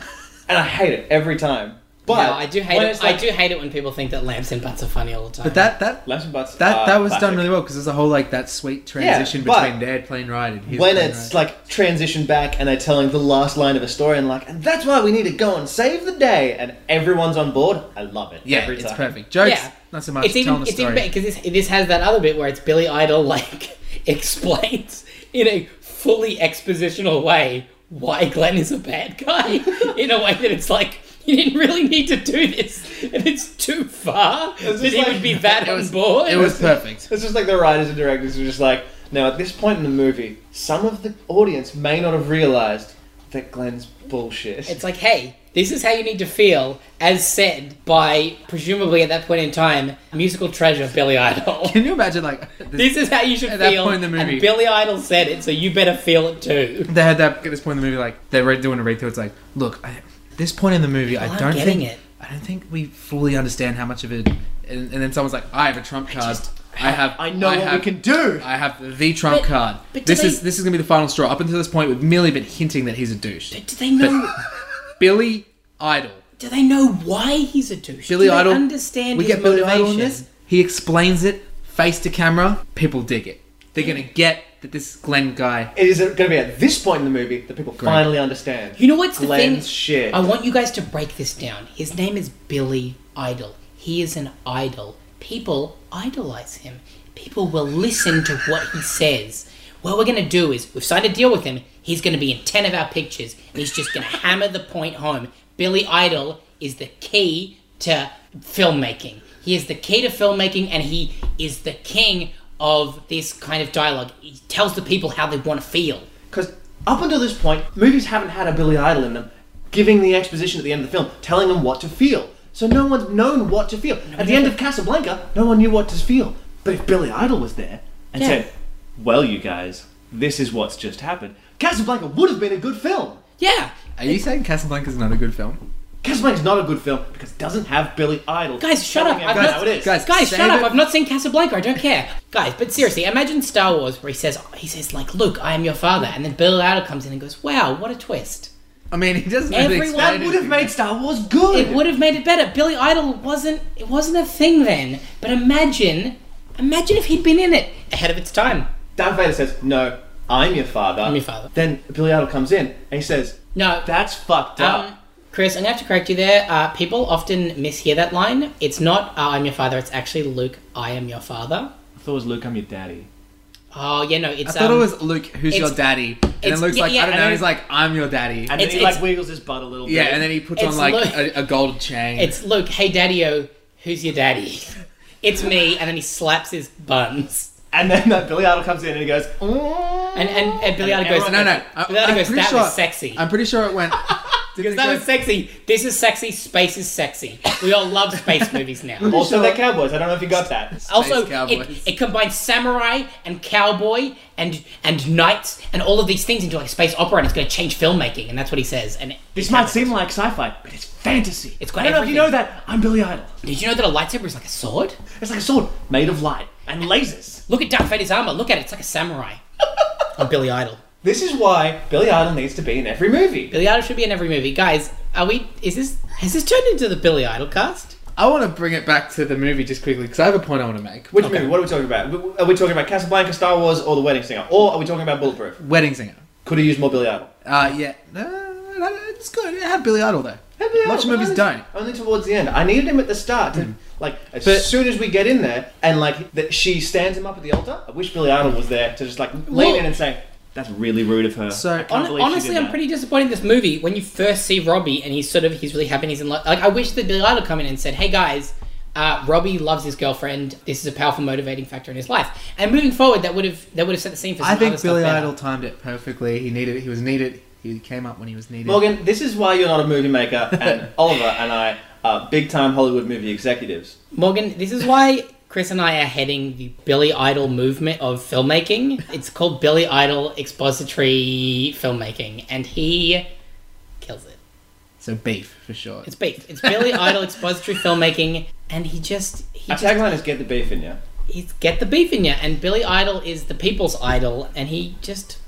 S1: And I hate it every time. But
S3: no, I do hate
S1: when
S3: it.
S1: it's like-
S3: I do hate it when people think that lamps and butts are funny all the time.
S2: But that that
S1: Lamps and butts.
S2: that
S1: are
S2: that was
S1: classic.
S2: done really well because there's a whole like that sweet transition
S1: but
S2: between their plane ride and his
S1: when
S2: plane
S1: it's
S2: ride.
S1: like transition back and they're telling the last line of a story and like and that's why we need to go and save the day and everyone's on board i love it
S2: yeah,
S1: every
S2: it's
S1: time
S2: perfect jokes.
S3: Yeah.
S2: Not so much
S3: It's even
S2: telling the
S3: it's even
S2: story.
S3: because this this has that other bit where it's Billy Idol like explains in a fully expositional way why Glenn is a bad guy in a way that it's like you didn't really need to do this and it's too far that
S1: just
S3: he
S1: like-
S3: would be that
S2: it
S3: on
S2: was,
S3: board.
S2: It was perfect.
S1: It's just like the writers and directors were just like, now at this point in the movie, some of the audience may not have realized that Glenn's bullshit.
S3: It's like, hey, this is how you need to feel, as said by presumably at that point in time, musical treasure Billy Idol.
S2: Can you imagine like this,
S3: This is how you should
S2: At that
S3: feel.
S2: point in the movie.
S3: And Billy Idol said it, so you better feel it too.
S2: they had that at this point in the movie like they're re- doing a read through. It's like look, I, this point in the movie, I
S3: I'm
S2: don't
S3: getting
S2: think
S3: it.
S2: I don't think we fully understand how much of it. And, and then someone's like, I have a trump card. I,
S3: just-
S2: have.
S1: I know what
S2: have-
S1: we can do.
S2: I have the trump
S3: But-
S2: card.
S3: but do
S2: this is
S3: they-
S2: this is gonna be the final straw. Up until this point, with Millie been hinting that he's a douche.
S3: Do they know?
S2: Billy Idol.
S3: do they know why he's a douche?
S2: Billy
S3: do they
S2: Idol.
S3: Understand
S2: we
S3: his
S2: get Billy
S3: motivation.
S2: Idol in this. He explains it face to camera. People dig it. They're gonna get that this Glenn guy.
S1: it is going to be at this point in the movie that people finally understand.
S3: You know what's the thing?
S1: Glenn's shit.
S3: I want you guys to break this down. His name is Billy Idol. He is an idol. People idolize him. People will listen to what he says. What we're going to do is we've signed a deal with him. He's going to be in 10 of our pictures and he's just going to hammer the point home. Billy Idol is the key to filmmaking. He is the key to filmmaking and he is the king of this kind of dialogue. He tells the people how they want to feel.
S1: Because up until this point, movies haven't had a Billy Idol in them, giving the exposition at the end of the film, telling them what to feel. So no one's known what to feel. At the end of Casablanca, no one knew what to feel. But if Billy Idol was there and
S3: Yeah.
S1: said, "Well, you guys, this is what's just happened," Casablanca would have been a good film.
S3: Yeah.
S2: Are you saying Casablanca's not a good film?
S1: Casablanca's not a good film because it doesn't have Billy Idol.
S3: Guys, shut
S1: telling
S3: up. I've
S1: everyone
S3: not-
S1: how it is.
S2: guys,
S3: Guys,
S2: Save
S3: shut up!
S2: it.
S3: I've not seen Casablanca. I don't care, guys. But seriously, imagine Star Wars where he says he says like, "Luke, I am your father," and then Bill Louder comes in and goes, "Wow, what a twist!"
S2: I mean, he doesn't.
S3: Everyone
S2: Really explain
S1: that would have
S2: anything.
S1: made Star Wars good.
S3: It would have made it better. Billy Idol wasn't it wasn't a thing then. But imagine, imagine if he'd been in it ahead of its time.
S1: Darth Vader says, "No, I'm your father." I'm
S3: your father.
S1: Then Billy Idol comes in and he says,
S3: No,
S1: "That's fucked up."
S3: Um, Chris, I'm gonna have to correct you there. Uh, people often mishear that line. It's not uh, "I'm your father." It's actually "Luke, I am your father."
S1: I thought it was Luke, I'm your daddy.
S3: Oh yeah, no, it's
S2: I thought
S3: um,
S2: it was Luke, who's your
S3: it's-
S2: daddy? And
S3: it's-
S2: then Luke's
S3: yeah,
S2: like,
S3: yeah,
S2: I don't
S3: and
S2: know.
S3: then-
S2: He's like, I'm your daddy.
S1: And
S3: It's-
S1: then he like
S3: it's-
S1: wiggles his butt a little
S2: yeah,
S1: bit.
S2: and then he puts
S3: It's
S2: on like
S3: Luke.
S2: a, a gold chain.
S3: It's Luke, hey daddy-o, who's your daddy? It's me, and then he slaps his buns.
S1: and then that Billy Idol comes in and he goes, "Mm."
S3: And and, and Billy Idol goes,
S1: everyone-
S2: no, no. I,
S3: Billy Idol
S2: I'm
S3: goes,
S2: pretty
S3: that
S2: sure.
S3: was sexy.
S2: I'm pretty sure it went. Didn't it
S3: that
S2: go-
S3: was sexy. This is sexy. Space is sexy. We all love space movies now.
S1: Also, they're cowboys. I don't know if you got that.
S3: Also,
S2: Cowboys.
S3: it, it combines samurai and cowboy and and knights and all of these things into like space opera, and it's going to change filmmaking, and that's what he says. And
S1: This might seem like sci-fi, but it's fantasy.
S3: It's got
S1: I don't know if you know that. I'm Billy Idol.
S3: did you know that a lightsaber is like a sword?
S1: It's like a sword made of light and lasers.
S3: Look at Darth Vader's armor. Look at it. It's like a samurai. I'm Billy Idol.
S1: This is why Billy Idol needs to be in every movie.
S3: Billy Idol should be in every movie, guys. Are we? Is this? Has this turned into the Billy Idol cast?
S2: I want to bring it back to the movie just quickly because I have a point I want to make.
S1: Which movie? What are we talking about? W- Are we talking about Casablanca, Star Wars, or The Wedding Singer? Or are we talking about Bulletproof?
S2: Wedding Singer.
S1: Could have used more Billy Idol.
S2: Uh, yeah. No, no, no, it's good. It had Billy Idol though.
S1: Have they?
S2: Much
S1: Oh,
S2: movies
S1: only-
S2: don't. Hmm.
S1: Only towards the end. I needed him at the start. To, Like as
S2: But-
S1: soon as we get in there, and like that she stands him up at the altar. I wish Billy Idol was there to just like lean
S3: Well-
S1: in and say, "That's really rude of her."
S2: So-
S1: I can't
S3: Hon-
S1: believe she
S3: honestly,
S1: did
S3: I'm
S1: that."
S3: pretty disappointed in this movie. When you first see Robbie and he's sort of he's really happy and he's in love. Like I wish that Billy Idol come in and said, "Hey guys, uh, Robbie loves his girlfriend. This is a powerful motivating factor in his life." And moving forward, that would have that would have set the scene for. Some
S2: I
S3: other
S2: think
S3: stuff
S2: Billy
S3: better.
S2: Idol timed it perfectly. He needed. He was needed. He came up when he was needed.
S1: Morgan, this is why you're not a movie maker, and Oliver and I are big time Hollywood movie executives.
S3: Morgan, this is why Chris and I are heading the Billy Idol movement of filmmaking. It's called Billy Idol expository filmmaking, and he kills it.
S2: So beef for sure.
S3: It's beef. It's Billy Idol expository filmmaking, and he just he
S1: Our
S3: just
S1: tagline is "Get the beef in you."
S3: he's get the beef in you. And Billy Idol is the people's idol, and he just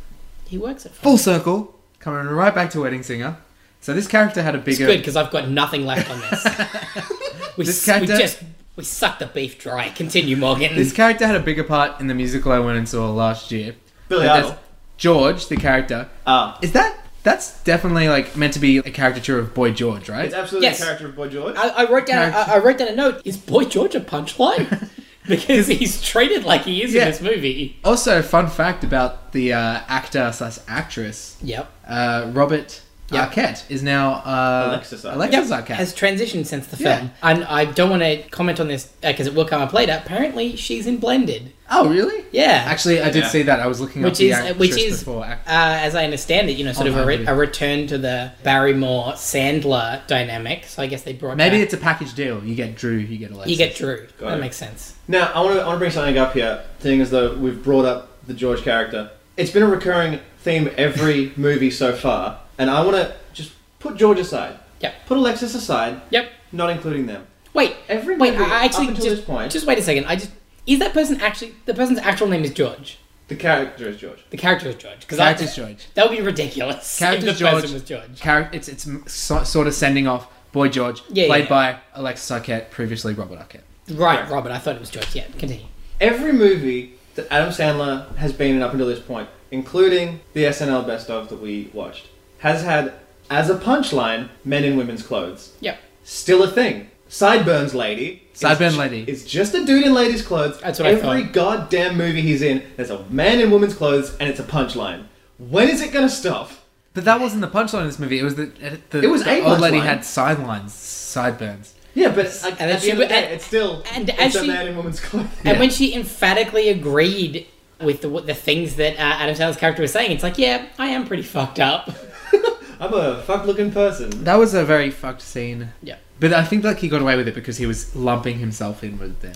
S3: he works it. For
S2: Full circle, coming right back to Wedding Singer. So this character had a
S3: it's
S2: bigger.
S3: good because I've got nothing left on this. we,
S2: This
S3: s-
S2: character-
S3: we just we suck the beef dry. Continue, Morgan.
S2: This character had a bigger part in the musical I went and saw last year.
S1: Billy
S2: But
S1: Idol.
S2: there's George, the character.
S1: Ah,
S2: Is that That's definitely like meant to be a caricature of Boy George, right?
S1: It's absolutely
S3: Yes.
S1: the character of Boy George.
S3: I, I wrote down. I, I wrote down a note. Is Boy George a punchline? because he's treated like he is
S2: Yeah.
S3: in this movie.
S2: Also, fun fact about the uh, actor slash actress
S3: Yep.
S2: uh, Robert
S3: Yeah.
S2: Arquette is now uh,
S1: Alexis Arquette.
S2: Alexis
S3: Yep,
S2: Arquette.
S3: has transitioned since the
S2: Yeah.
S3: film. And I don't want to comment on this because it will come up later. Apparently, she's in Blended.
S2: oh, really?
S3: Yeah.
S2: Actually, I did
S1: Yeah.
S2: see that. I was looking up
S3: Which
S2: the
S3: is,
S2: actress
S3: which is,
S2: before.
S3: uh,
S2: Act-
S3: as I understand it, you know, sort
S2: Oh,
S3: of a, re-
S2: maybe.
S3: a return to the Barrymore Sandler dynamic. So I guess they brought
S2: Maybe
S3: back-
S2: it's a package deal. You get Drew, you get Alexis.
S3: you get Drew. that
S1: it.
S3: makes sense.
S1: Now, I want to I want to bring something up here, seeing as though we've brought up the George character. It's been a recurring theme every movie so far, and I want to just put George aside.
S3: Yep.
S1: Put Alexis aside,
S3: Yep.
S1: not including them.
S3: Wait.
S1: Every
S3: wait.
S1: movie
S3: I actually
S1: up until
S3: just,
S1: this point-
S3: just wait a second. I just is that person actually the person's actual name is George.
S1: The character is George.
S3: The character is George. Because
S2: Character's George.
S3: That would be ridiculous.
S2: Character's
S3: if the
S2: George.
S3: person was George.
S2: Char- it's it's m- so, sort of sending off Boy George,
S3: Yeah,
S2: played
S3: yeah.
S2: by Alexis Arquette, previously Robert Arquette.
S3: Right, Robert. I thought it was George. Yeah. Continue.
S1: Every movie that Adam Sandler has been in up until this point, including the SNL best of that we watched, has had as a punchline men in women's clothes.
S3: Yep.
S1: Still a thing. Sideburns lady. is
S2: Sideburn
S1: ju-
S2: lady.
S1: Is just a dude in ladies' clothes.
S3: That's what I
S1: Every
S3: thought.
S1: goddamn movie he's in, there's a man in woman's clothes, and it's a punchline. When is it gonna stop?
S2: But that wasn't the punchline of this movie. It was that the,
S1: It was
S2: the
S1: a
S2: old lady
S1: punchline.
S2: had sidelines, sideburns.
S1: Yeah, but like,
S3: And
S1: at
S3: she-
S1: the end of the day,
S3: and-
S1: it's still
S3: and
S1: it's
S3: actually-
S1: a man in woman's clothes.
S3: And when she emphatically agreed with the, the things that uh, Adam Sandler's character was saying, it's like, yeah, I am pretty fucked up.
S1: I'm a fuck-looking person.
S2: That was a very fucked scene.
S3: Yeah.
S2: But I think like he got away with it because he was lumping himself in with them.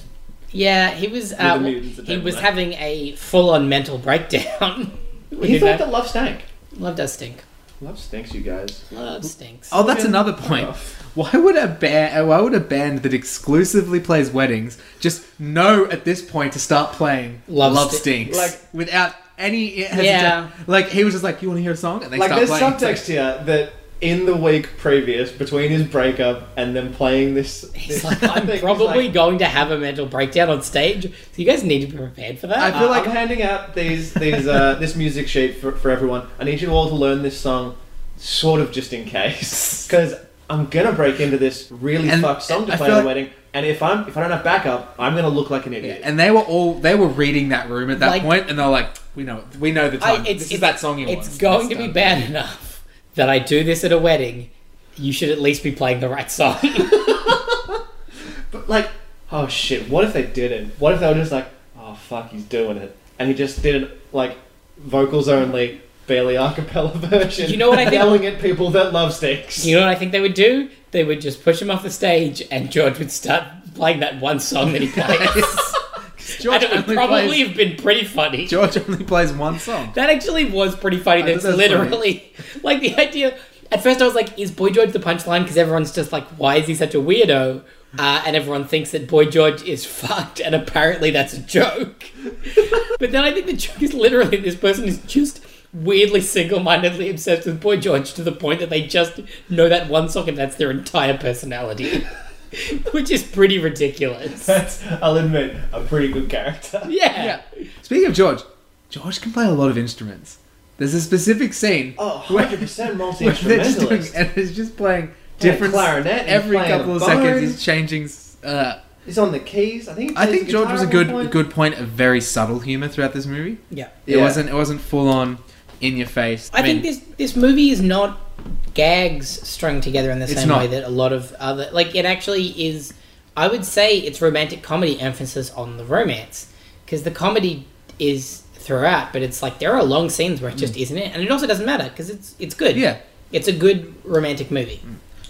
S3: Yeah, he was uh,
S1: the mutants at
S3: he
S1: that
S3: was
S1: point.
S3: having a full-on mental breakdown. We
S1: He
S3: did
S1: thought
S3: that.
S1: that love stank.
S3: Love does stink.
S1: Love stinks, you guys.
S3: Love stinks.
S2: Oh, that's another point. Why would a band? Why would a band that exclusively plays weddings just know at this point to start playing
S3: Love
S2: "Love,
S3: Sti-
S2: Stinks"
S1: Like-
S2: without any hesitation?
S3: Yeah.
S2: Like he was just like, "You want to hear a song?" And they
S1: Like,
S2: start
S1: there's
S2: playing. It's
S1: subtext here that in the week previous, between his breakup and them playing this,
S3: He's
S1: this
S3: like, I'm
S1: thing, he's
S3: probably
S1: like,
S3: going to have a mental breakdown on stage, so you guys need to be prepared for that.
S1: I feel like I'm handing out these these uh, this music sheet for, for everyone. I need you all to learn this song, sort of just in case, because I'm gonna break into this really
S2: And
S1: fucked song
S2: I
S1: to play at
S2: feel
S1: a
S2: like-
S1: wedding. And if I'm if I don't have backup, I'm gonna look like an idiot.
S2: like- and they were all they were reading that room at that
S3: Like-
S2: point, and they're like, "We know, we know the
S3: I-
S2: time. this is that song you want.
S3: It's going to be
S2: done."
S3: bad enough that I do this at a wedding. You should at least be playing the right song.
S1: But like, oh shit, what if they didn't? What if they were just like, oh fuck, he's doing it, and he just did it like vocals only, barely a cappella version.
S3: You know what I think-
S1: Yelling at people that love sticks.
S3: you know what I think they would do? They would just push him off the stage, and George would start playing that one song that he plays.
S2: George
S3: and it would
S2: only
S3: probably
S2: plays,
S3: have been pretty funny.
S2: George only plays one song.
S3: That actually was pretty funny. That's
S2: that's
S3: literally like the idea. At first, I was like, "Is Boy George the punchline?" Because everyone's just like, "Why is he such a weirdo?" Uh, and everyone thinks that Boy George is fucked, and apparently that's a joke. but then I think the joke is literally this person is just weirdly single-mindedly obsessed with Boy George to the point that they just know that one song and that's their entire personality, which is pretty ridiculous.
S1: That's, I'll admit, a pretty good character.
S3: Yeah.
S2: Speaking of George, George can play a lot of instruments. There's a specific scene
S1: Oh,
S2: where-
S1: 100%
S2: where they're just doing-
S1: multi-instrumentalist.
S2: and he's just playing
S1: Playing
S2: different
S1: clarinet and
S2: every
S1: playing a
S2: couple of
S1: bone.
S2: seconds. He's changing. Uh,
S1: He's on the keys. I think. he
S2: I
S1: plays
S2: think
S1: the
S2: George
S1: guitar
S2: was a
S1: at
S2: good
S1: one point.
S2: good point of very subtle humor throughout this movie.
S3: Yeah.
S2: It
S1: Yeah.
S2: wasn't it wasn't full on in your face.
S3: I, think
S2: mean,
S3: this this movie is not gags strung together in the
S2: It's
S3: same
S2: not.
S3: way that a lot of other like it actually is. I would say it's romantic comedy emphasis on the romance because the comedy is throughout, but it's like there are long scenes where it just isn't it, and it also doesn't matter because it's it's good.
S2: Mm. Yeah. Mm.
S3: it's a good romantic movie.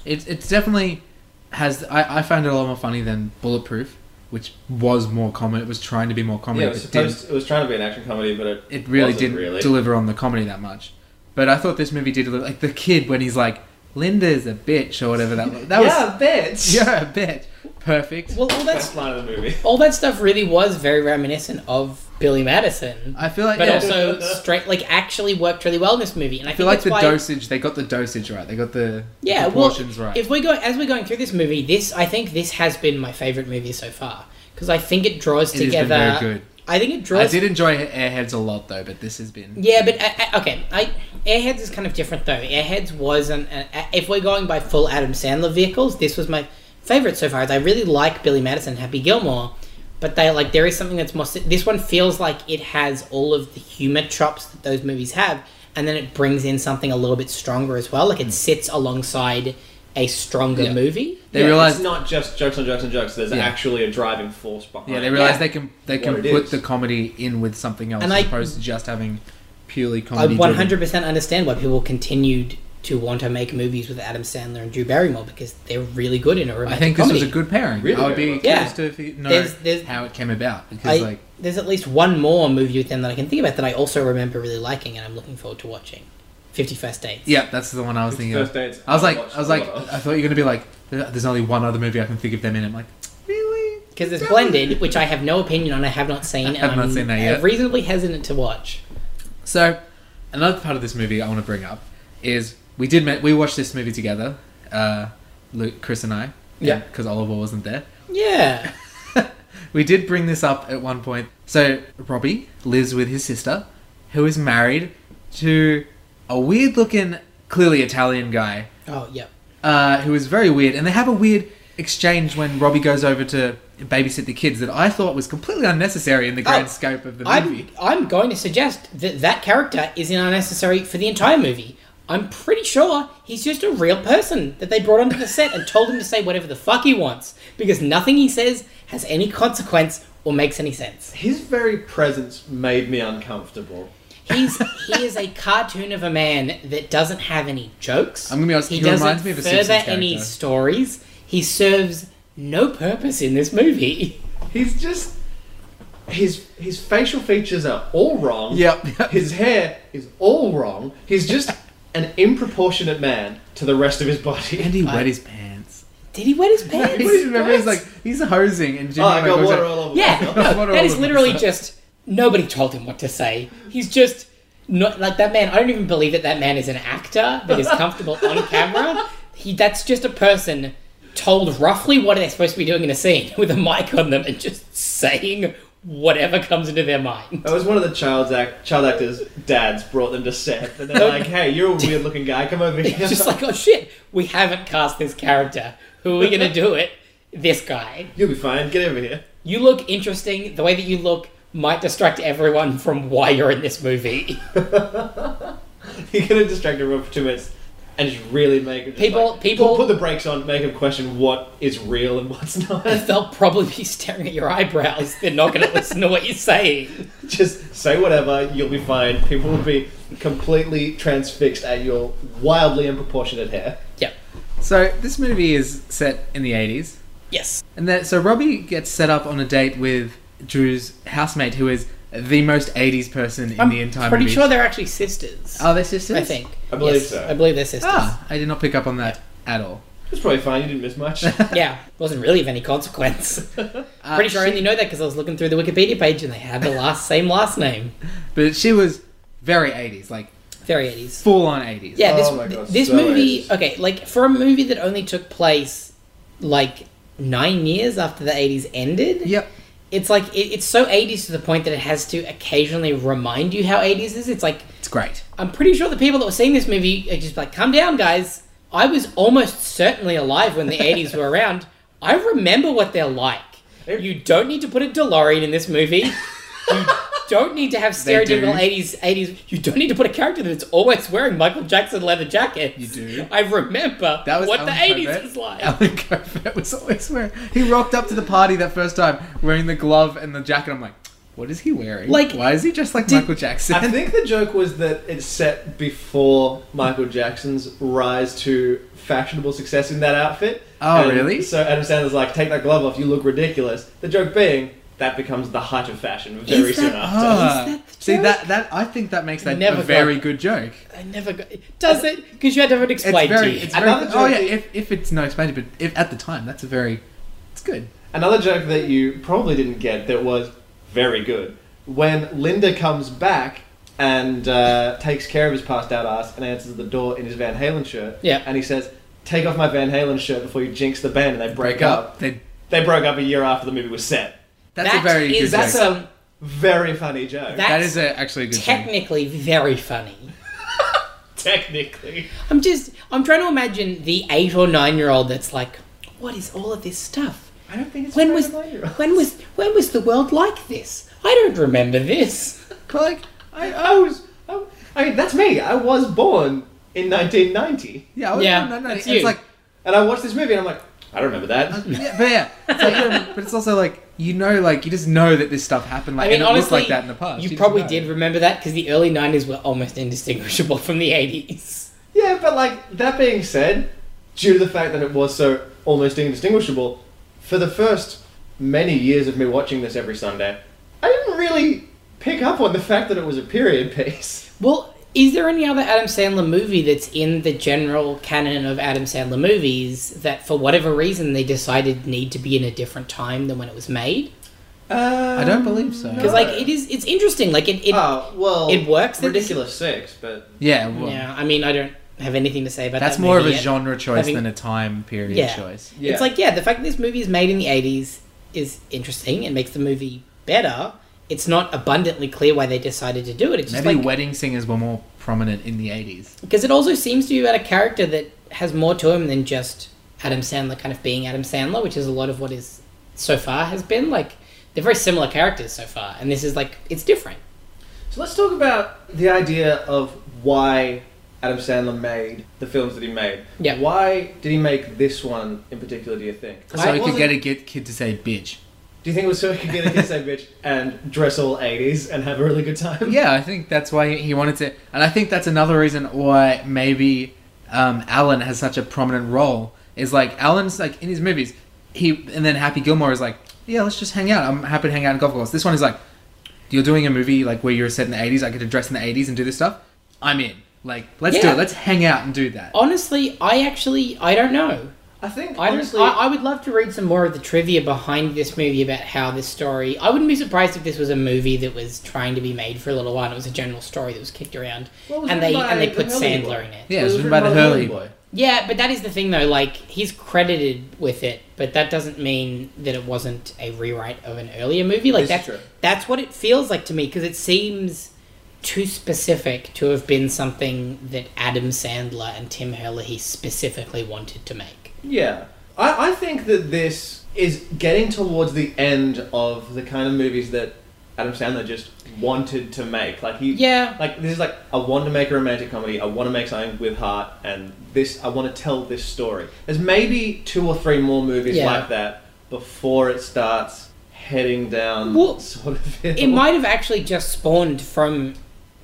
S2: it's it's definitely has. I, I found it a lot more funny than Bulletproof, which was more common. It was trying to be more comedy.
S1: Yeah, it
S2: but
S1: was,
S2: didn't.
S1: supposed, it was trying to be an action comedy, but it,
S2: it really
S1: wasn't
S2: didn't
S1: really.
S2: deliver on the comedy that much. But I thought this movie did deliver. Like the kid when he's like, "Linda's a bitch" or whatever that was. That was
S1: yeah, bitch.
S2: yeah, a bitch. Perfect.
S3: Well, all
S1: Best
S3: that
S1: line of the movie.
S3: all that stuff really was very reminiscent of Billy Madison.
S2: I feel like
S3: but
S2: yeah,
S3: also straight like actually worked really well in this movie and i,
S2: I
S3: think
S2: feel like
S3: that's
S2: the
S3: why
S2: dosage. They got the dosage right. They got the
S3: yeah well
S2: proportions right.
S3: if we're going as we're going through this movie this i think this has been my favorite movie so far because i think it draws
S2: It has been
S3: together
S2: very good.
S3: I think it
S2: I
S3: draws.
S2: did enjoy Airheads a lot though, but this has been
S3: Yeah, but I, I, okay, I Airheads is kind of different though. Airheads was an, an if we're going by full Adam Sandler vehicles, this was my favorite so far. As I really like Billy Madison, and Happy Gilmore, but they like there is something that's more. si- This one feels like it has all of the humor chops that those movies have, and then it brings in something a little bit stronger as well. Like it sits alongside a stronger
S2: Hmm. Yeah.
S3: movie.
S2: they realized
S1: it's not just jokes on jokes on jokes. There's
S2: Yeah.
S1: actually a driving force behind.
S2: yeah they
S1: it.
S2: realized
S3: Yeah.
S2: they can they
S1: What
S2: can
S1: it
S2: put
S1: is.
S2: the comedy in with something else
S3: And
S2: as
S3: I-
S2: opposed to just having purely
S3: I
S2: comedy.
S3: one
S2: driven.
S3: hundred percent understand why people continued to want to make movies with Adam Sandler and Drew Barrymore because they're really good in a
S2: I
S3: romantic
S2: think this was a
S3: comedy.
S2: good pairing.
S1: Really
S2: I would
S1: good
S2: be
S1: one.
S2: curious
S3: Yeah.
S2: to if you know
S3: There's- there's-
S2: how it came about because
S3: I,
S2: like
S3: there's at least one more movie with them that I can think about that I also remember really liking, and I'm looking forward to watching. Fifty First Dates.
S2: yeah, that's the one I was
S1: It's
S2: thinking. Of.
S1: first dates.
S2: uh, I was like,
S1: watched
S2: I was
S1: a
S2: like,
S1: lot of.
S2: I thought you were gonna be like, "There- there's only one other movie I can think of them in. I'm like, really?
S3: because it's blended, which I have no opinion on. I have not seen. and
S2: have not
S3: I'm
S2: seen that yet.
S3: Reasonably hesitant to watch.
S2: So, another part of this movie I want to bring up is we did ma- we watched this movie together, uh, Luke, Chris, and I.
S3: Yeah.
S2: because Oliver wasn't there.
S3: Yeah,
S2: We did bring this up at one point. So Robbie lives with his sister, who is married to a weird-looking, clearly Italian guy,
S3: oh yeah,
S2: uh, who is very weird, and they have a weird exchange when Robbie goes over to babysit the kids that I thought was completely unnecessary in the grand
S3: Oh,
S2: scope of the movie.
S3: I'm I'm going to suggest that that character is unnecessary for the entire movie. I'm pretty sure he's just a real person that they brought onto the set and told him to say whatever the fuck he wants because nothing he says has any consequence or makes any sense.
S1: His very presence made me uncomfortable.
S3: He's he is a cartoon of a man that doesn't have any jokes.
S2: I'm gonna be honest, he
S3: doesn't
S2: reminds me of a
S3: further
S2: Simpsons
S3: any
S2: character.
S3: stories. He serves no purpose in this movie.
S1: He's just his his facial features are all wrong.
S2: Yep.
S1: His hair is all wrong. He's just an improportionate man to the rest of his body.
S2: and he wet his pants.
S3: Did he wet his
S2: What do
S3: pants?
S2: you remember? He's like he's hosing, and Jimmy
S1: oh, I got
S2: goes
S1: water
S2: like,
S1: all over.
S3: yeah,
S2: What
S3: no,
S2: are
S3: that
S2: all
S3: is
S2: of
S3: literally
S2: us?
S3: just nobody told him what to say. He's just not like that man. I don't even believe that that man is an actor that is comfortable on camera. He that's just a person told roughly what they're supposed to be doing in a scene with a mic on them and just saying whatever comes into their mind.
S1: That was one of the child's act, child actors' dads brought them to set, and they're like, "Hey, you're a weird looking guy. Come over here."
S3: It's just like, oh shit, we haven't cast this character. Who are we gonna do it? This guy.
S1: you'll be fine. Get over here.
S3: You look interesting. The way that you look might distract everyone from why you're in this movie.
S1: You're gonna distract everyone for two minutes, and just really make them just
S3: People-
S1: like,
S3: people-
S1: put, put the brakes on. Make them question what is real and what's not.
S3: They'll probably be staring at your eyebrows. They're not gonna listen to what you're saying.
S1: just say whatever. You'll be fine. People will be completely transfixed at your wildly improportionate hair.
S3: Yep.
S2: So this movie is set in the eighties,
S3: Yes.
S2: and then so Robbie gets set up on a date with Drew's housemate, who is the most eighties person in
S3: I'm
S2: the entire
S3: pretty
S2: movie.
S3: sure they're actually sisters.
S2: Are they sisters?
S3: I think.
S1: I believe
S3: Yes,
S1: so.
S3: I believe they're sisters.
S2: Ah, I did not pick up on that at all.
S1: It's probably fine. You didn't miss much.
S3: Yeah, wasn't really of any consequence.
S2: Uh,
S3: Pretty sure I
S2: she-
S3: only know that because I was looking through the Wikipedia page and they had the last same last name.
S2: But she was very eighties, like
S3: Very 80s.
S2: full on eighties.
S3: Yeah, this
S1: Oh my God,
S3: this
S1: so
S3: movie.
S1: eighties.
S3: Okay, like for a movie that only took place like nine years after the eighties ended.
S2: Yep.
S3: It's like it, it's so eighties to the point that it has to occasionally remind you how eighties is. It's like
S2: It's great.
S3: I'm pretty sure the people that were seeing this movie are just like, "Calm down, guys." I was almost certainly alive when the eighties were around. I remember what they're like. You don't need to put a DeLorean in this movie. You don't need to have
S2: They do.
S3: stereotypical 80s 80s you don't need to put a character that's always wearing michael jackson leather jackets
S2: You do.
S3: i remember
S2: That was
S3: what
S2: Alan
S3: the 80s
S2: Covert.
S3: was like
S2: Alan Covert was always wearing. He rocked up to the party that first time wearing the glove and the jacket. I'm like, what is he wearing?
S3: Like,
S2: why is he dressed like
S3: did-
S2: Michael Jackson?
S1: I think the joke was that it's set before Michael Jackson's rise to fashionable success in that outfit.
S2: Oh,
S1: And
S2: really?
S1: So Adam Sandler's like, take that glove off, you look ridiculous. The joke being, that becomes the height of fashion very
S3: Is
S1: soon
S3: that-
S1: after.
S2: Ah.
S3: Is that the
S2: see
S3: joke?
S2: that that I think that makes that
S3: Never
S2: a very
S3: got-
S2: good joke.
S3: i never got does it because you had to have it
S2: It's
S3: explained
S2: very,
S3: to you
S2: it's very
S1: Another
S2: oh yeah.
S1: joke-
S2: If, if it's no explained, but if at the time that's a very, it's good.
S1: Another joke that you probably didn't get that was very good. When Linda comes back and uh, takes care of his passed out ass and answers the door in his Van Halen shirt,
S3: Yeah.
S1: and he says, take off my Van Halen shirt before you jinx the band and they break up.
S2: Then
S1: They broke up a year after the movie was set.
S2: that's a
S3: That
S2: very
S3: is-
S2: good
S3: that's
S2: joke.
S3: um
S1: Very funny joke.
S3: That's
S2: That is a, actually a good thing.
S3: technically very funny.
S1: Technically.
S3: I'm just, I'm trying to imagine the eight or nine year old that's like, what is all of this stuff?
S1: I don't think it's
S3: When
S1: very
S3: was,
S1: minor.
S3: when was, when was the world like this? I don't remember this.
S1: But like, I, I was. I, I mean, that's me. I was born in 1990,
S2: Yeah, I was-
S3: Yeah,
S2: no, no,
S3: that's
S2: it's
S3: you.
S2: like,
S1: and I watched this movie, and I'm like, I don't remember that.
S2: yeah, but yeah, it's like, um, but it's also like you know, like you just know that this stuff happened, like
S3: I mean,
S2: and it looked
S3: honestly,
S2: like that in the past.
S3: you
S2: just
S3: probably
S2: know.
S3: did remember that because the early 90s were almost indistinguishable from the 80s.
S1: Yeah, but like that being said, due to the fact that it was so almost indistinguishable, for the first many years of me watching this every Sunday, I didn't really pick up on the fact that it was a period piece.
S3: Well, is there any other Adam Sandler movie that's in the general canon of Adam Sandler movies that, for whatever reason, they decided need to be in a different time than when it was made?
S1: Uh,
S2: I don't believe so.
S3: Because like it is, it's interesting. Like it, it
S1: Oh well,
S3: it works that this-
S1: Ridiculous six, but
S2: Yeah, well,
S3: Yeah, I mean, I don't have anything to say about
S2: that's
S3: that
S2: more of
S3: movie
S2: a
S3: yet.
S2: genre choice
S3: Having-
S2: than a time period
S3: Yeah.
S2: choice.
S1: yeah.
S3: It's like yeah, the fact that this movie is made in the '80s is interesting. It makes the movie better. It's not abundantly clear why they decided to do it. It's just
S2: Maybe
S3: like
S2: wedding singers were more prominent in the eighties.
S3: because it also seems to be about a character that has more to him than just Adam Sandler kind of being Adam Sandler, which is a lot of what is so far has been like. They're very similar characters so far, and this is like it's different.
S1: So let's talk about the idea of why Adam Sandler made the films that he made.
S3: Yeah.
S1: Why did he make this one in particular? Do you think?
S2: So
S1: It
S2: you could
S1: wasn't-
S2: get a get- kid to say bitch.
S1: Do you think it was so he could get a kiss that bitch and dress all eighties and have a really good time?
S2: Yeah, I think that's why he wanted to, and I think that's another reason why maybe um, Alan has such a prominent role. Is like Alan's like in his movies, he and then Happy Gilmore is like, yeah, let's just hang out. I'm happy to hang out in golf course. This one is like, you're doing a movie like where you're set in the '80s. I get to dress in the '80s and do this stuff. I'm in. Like, let's do
S3: Yeah. Oh,
S2: it. Let's hang out and do that.
S3: Honestly, I actually I don't know.
S1: I think
S3: I,
S1: honestly,
S3: I, I would love to read some more of the trivia behind this movie about how this story. I wouldn't be surprised if this was a movie that was trying to be made for a little while. and It was a general story that was kicked around,
S1: Well, it was
S3: and they
S1: written by
S3: and they
S1: the
S3: put
S1: Hurley
S3: Sandler
S1: boy.
S3: in it.
S2: yeah, it was written by the Hurley.
S1: boy.
S3: Yeah, but that is the thing though. Like he's credited with it, but that doesn't mean that it wasn't a rewrite of an earlier movie.
S1: This
S3: Like
S1: is
S3: that's
S1: true.
S3: that's what it feels like to me because it seems too specific to have been something that Adam Sandler and Tim Herlihy specifically wanted to make.
S1: Yeah, I, I think that this is getting towards the end of the kind of movies that Adam Sandler just wanted to make. Like he,
S3: Yeah.
S1: like this is like I want to make a romantic comedy. I want to make something with heart, and this I want to tell this story. There's maybe two or three more movies
S3: Yeah.
S1: like that before it starts heading down
S3: Well,
S1: sort of. hill.
S3: it might have actually just spawned from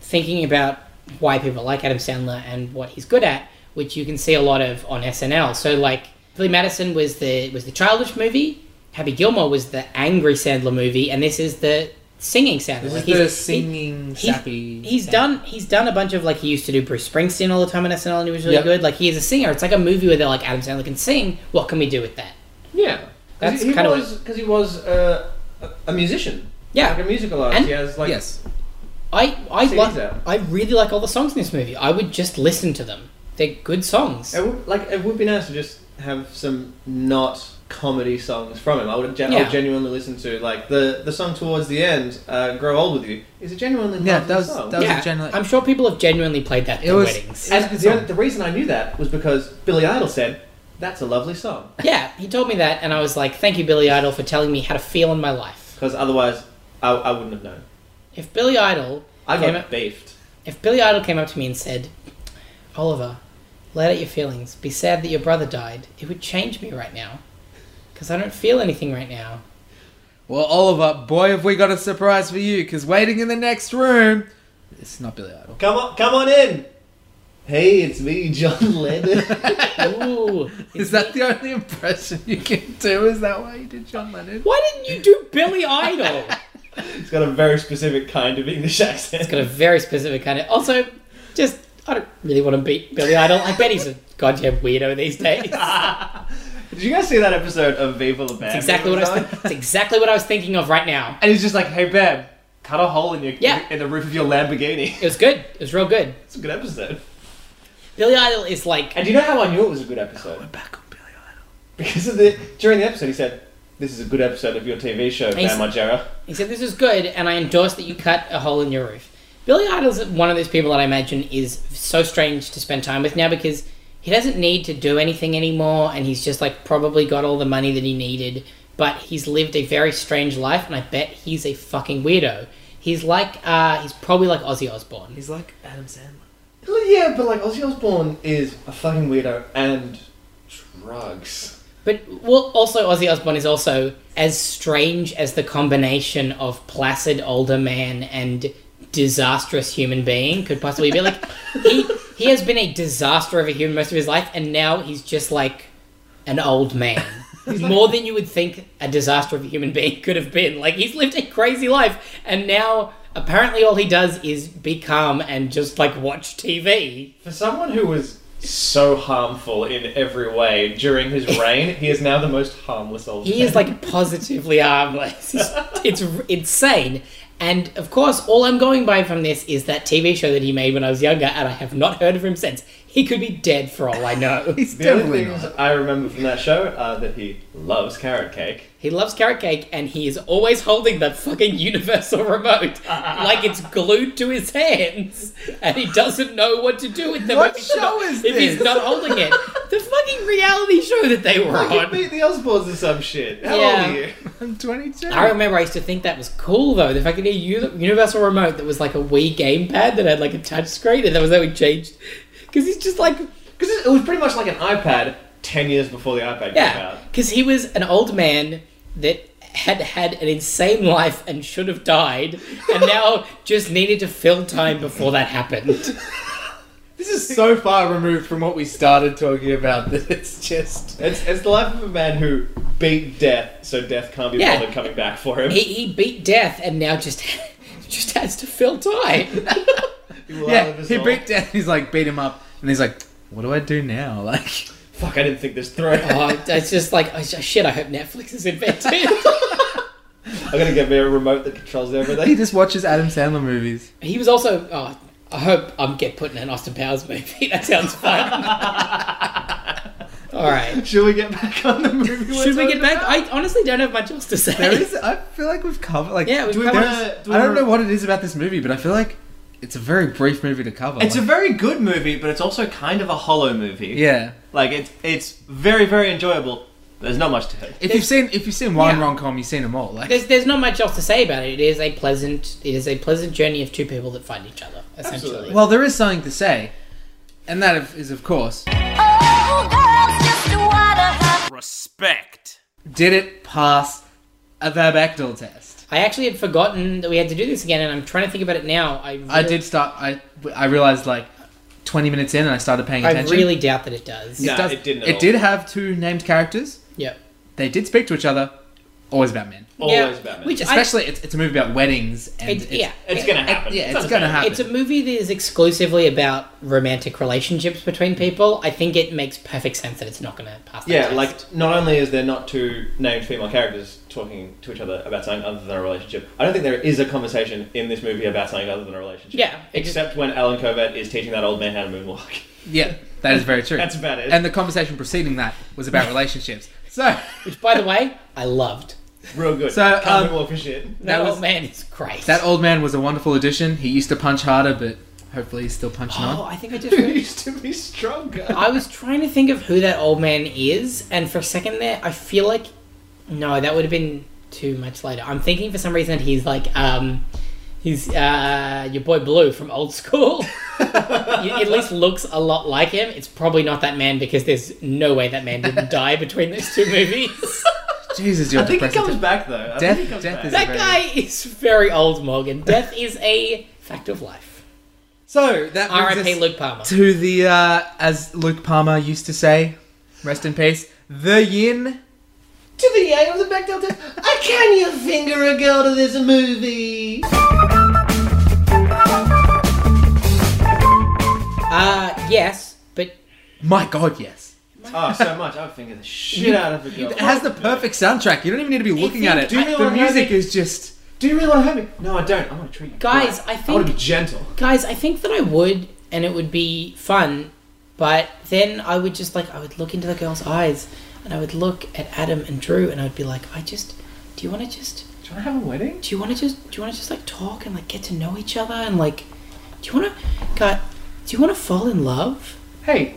S3: thinking about why people like Adam Sandler and what he's good at, which you can see a lot of on SNL. So like Billy Madison was the was the childish movie, Happy Gilmore was the angry Sandler movie, and this is the singing Sandler.
S2: This
S3: Like,
S2: is the
S3: he's-
S2: singing
S3: he-
S2: sappy.
S3: He's done. He's done a bunch of like he used to do Bruce Springsteen all the time on SNL, and he was really
S2: Yep.
S3: good. Like he is a singer. It's like a movie where they're like Adam Sandler can sing. What can we do with that?
S1: Yeah,
S3: That's
S1: that's he, he
S3: kind of
S1: was because he was uh, a, a musician.
S3: Yeah.
S1: like a musical artist.
S3: And-
S1: he has like
S2: yes.
S3: I I
S1: See,
S3: like.
S1: these are-
S3: I really like all the songs in this movie. I would just listen to them. They're good songs.
S2: Oh,
S1: It would, like it would be nice to just have some not comedy songs from him. I would, gen- I
S3: Yeah.
S1: would genuinely listen to like the the song towards the end, uh, "Grow Old with You," is a genuinely
S2: Yeah,
S1: lovely
S2: that was-
S1: song.
S2: that was-
S3: yeah,
S2: generally-
S3: I'm sure people have genuinely played that at
S2: It
S3: their
S2: was-
S3: weddings.
S2: it-
S1: And the, the reason I knew that was because Billy Idol said, "That's a lovely song,"
S3: yeah, he told me that, and I was like, "Thank you, Billy Idol, for telling me how to feel in my life."
S1: because otherwise I, I wouldn't have known.
S3: If Billy Idol,
S1: I
S3: came
S1: got
S3: up,
S1: beefed.
S3: if Billy Idol came up to me and said, "Oliver, let out your feelings. Be sad that your brother died. It would change me right now, because I don't feel anything right now."
S2: Well, Oliver, boy, have we got a surprise for you, because waiting in the next room. This is not Billy Idol.
S1: Come on, come on in. Hey, it's me, John Lennon.
S3: Ooh,
S2: Is that the only impression you can do? Is that why you did John Lennon?
S3: why didn't you do Billy Idol?
S1: He's got a very specific kind of English accent.
S3: Got a very specific kind of. Also, just I don't really want to beat Billy Idol. I bet he's a goddamn weirdo these days.
S1: Did you guys see that episode of Viva La Bam?
S3: That's exactly what I was. that's exactly what I was thinking of right now.
S1: And he's just like, "Hey, babe, cut a hole in your
S3: Yeah.
S1: in the roof of your Lamborghini."
S3: It was good. It was real good.
S1: It's a good episode.
S3: Billy Idol is like
S1: And do you know how I knew it was a good episode?
S2: Back on Billy Idol.
S1: Because of the during the episode, he said, This is a good episode of your TV show,
S3: Thanks.
S1: Bam Margera.
S3: He said, "This is good, and I endorse that you cut a hole in your roof." Billy Idol's one of those people that I imagine is so strange to spend time with now because he doesn't need to do anything anymore, and he's just like probably got all the money that he needed. But he's lived a very strange life, and I bet he's a fucking weirdo. He's like, uh, he's probably like Ozzy Osbourne.
S6: He's like Adam Sandler.
S1: Yeah, but like Ozzy Osbourne is a fucking weirdo and drugs.
S3: But well, also Ozzy Osbourne is also as strange as the combination of placid older man and disastrous human being could possibly be. Like he he has been a disaster of a human most of his life, and now he's just like an old man. More than you would think a disaster of a human being could have been. Like he's lived a crazy life, and now apparently all he does is be calm and just like watch TV.
S1: For someone who was so harmful in every way during his reign, he is now the most harmless old
S3: He
S1: man.
S3: is like positively harmless. It's, it's r- insane. And of course, all I'm going by from this is that TV show that he made when I was younger, and I have not heard of him since. He could be dead for all I know.
S2: He's
S1: The only
S2: definitely
S1: things
S2: not.
S1: I remember from that show are that he loves carrot cake.
S3: he loves carrot cake, and he is always holding that fucking universal remote like it's glued to his hands, and he doesn't know what to do with them.
S2: What
S3: if he's
S2: show
S3: not-
S2: is
S3: If he's
S2: this?
S3: not holding it, the fucking reality show that they were
S1: Fucking
S3: on.
S1: beat the Osbournes or some shit. How
S3: Yeah.
S1: old are you?
S2: I'm 22.
S3: I remember I used to think that was cool though. The fact that he had a universal remote that was like a Wii gamepad that had like a touch screen and that was how he changed. Because he's just like,
S1: Because it was pretty much like an iPad ten years before the iPad came
S3: yeah.
S1: out.
S3: Because he was an old man that had had an insane life and should have died and now just needed to fill time before that happened.
S2: This is so far removed from what we started talking about that it's just.
S1: It's, it's the life of a man who beat death, so death can't be
S3: Yeah.
S1: bothered coming back for him.
S3: He, he beat death and now just just has to fill time.
S1: He will
S2: Yeah,
S1: outlive us
S2: he
S1: all.
S2: beat down. He's like beat him up, and he's like, "What do I do now?" Like,
S1: Fuck, I didn't think this through.
S3: oh, it's just like, oh, shit, I hope Netflix is invented.
S1: I'm gonna get me a remote that controls
S2: he
S1: everything.
S2: just watches Adam Sandler movies.
S3: He was also. Oh, I hope I'm get put in an Austin Powers movie. That sounds fun. All right.
S1: Should we get back on the movie? we're
S3: Should we
S1: talking
S3: get back? I honestly don't have much else to say.
S2: There is. I feel like we've covered. Like,
S3: Yeah, we've
S2: do we-
S3: covered-
S2: there's- I don't know what it is about this movie, but I feel like it's a very brief movie to cover.
S1: It's a
S2: Like,
S1: very good movie, but it's also kind of a hollow movie.
S2: yeah.
S1: Like it's it's very very enjoyable. There's not much to it.
S2: If you've seen if you've seen one
S3: Yeah.
S2: rom com, you've seen them all. Like,
S3: There's, there's not much else to say about it. It is a pleasant. It is a pleasant journey of two people that find each other. Essentially.
S1: Absolutely.
S2: well, there is something to say, and that of- is of course,
S7: Respect.
S2: did it pass a Babactyl test?
S3: I actually had forgotten that we had to do this again, and I'm trying to think about it now. I really,
S2: I did start. I I realized like twenty minutes in, and I started paying
S3: I
S2: attention.
S3: really doubt that it does.
S1: No,
S2: does-
S1: it didn't. At
S2: It
S1: all.
S2: did have two named characters.
S3: Yep.
S2: They did speak to each other. Always about men.
S1: Always
S3: yeah,
S1: Batman.
S3: Which I,
S2: Especially, it's, it's a movie about weddings. And
S3: it's, yeah.
S1: it's
S3: yeah.
S1: gonna happen.
S2: yeah, it's gonna happen.
S3: It's a movie that is exclusively about romantic relationships between people. I think it makes perfect sense that it's not going to pass. That
S1: Yeah,
S3: test.
S1: like not only is there not two named female characters talking to each other about something other than a relationship, I don't think there is a conversation in this movie about something other than a relationship.
S3: Yeah, it just-
S1: except when Alan Covert is teaching that old man how to moonwalk.
S2: Yeah, that is very true.
S1: That's about it.
S2: And the conversation preceding that was about relationships. So
S3: which by the way, I loved.
S1: Real good.
S2: So,
S1: Can't
S2: um,
S1: moonwalk for shit.
S3: That,
S2: That was-
S3: old man is great.
S2: that old man was a wonderful addition. He used to punch harder, but hopefully he's still punching
S3: oh,
S2: on.
S3: I think I
S1: You
S3: just.
S1: used to be stronger.
S3: I was trying to think of who that old man is, and for a second there, I feel like no, that would have been too much later. I'm thinking for some reason he's like um, he's uh, your boy Blue from Old School. He at least looks a lot like him. It's probably not that man because there's no way that man didn't die between those two movies.
S2: Jesus, you're
S1: I think he
S2: depressing.
S1: comes back though. I
S2: Death-
S1: think he comes
S2: death
S1: back.
S2: is-
S3: that
S2: Very-
S3: guy is very old, Morgan. Death is a fact of life.
S2: so that brings
S3: R.I.P.
S2: us
S3: Luke Palmer.
S2: to the uh, as Luke Palmer used to say, rest in peace. The yin.
S1: to the yeah, it was a Bechdel test. I can you finger a girl to this movie?
S3: Uh, yes, but
S2: My God, yes.
S1: Oh, so much. I'd finger the shit out of a girl.
S2: It has the perfect soundtrack. You don't even need to be looking
S3: you
S2: at it.
S1: do
S2: The
S1: realize-
S2: music is just.
S1: Do you really want to hurt me? No, I don't. I want to treat you.
S3: Guys,
S1: right.
S3: I
S1: I want to
S3: think-
S1: be gentle.
S3: guys, I think that I would, and it would be fun. But then I would just like I would look into the girl's eyes. and I would look at Adam and Drew, and I would be like, I just, do you want to just,
S1: Do you want to have a wedding?
S3: do you want to just, do you want to just like talk and like get to know each other and like, do you want to, God, do you want to fall in love?
S1: Hey,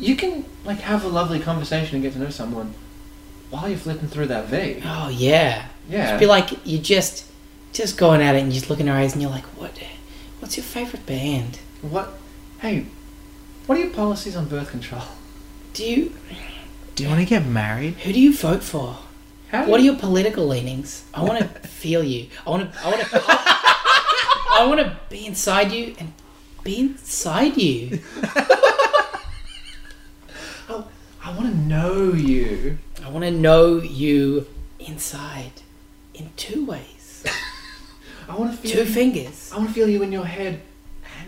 S1: you can like have a lovely conversation and get to know someone while you're flipping through that V.
S3: Oh yeah.
S1: Yeah.
S3: Just be like, you just, just going at it, and you just look in her eyes, and you're like, what, what's your favorite band?
S1: What? Hey, what are your policies on birth control?
S3: Do you,
S2: Do you want to get married?
S3: who do you vote for?
S1: How do
S3: What are
S1: you?
S3: your political leanings? I want to feel you. I want to. I want to. I want to be inside you and be inside you.
S1: Oh, I want to know you.
S3: I want to know you inside in two ways.
S1: I want to feel.
S3: Two fingers.
S1: I want to feel you in your head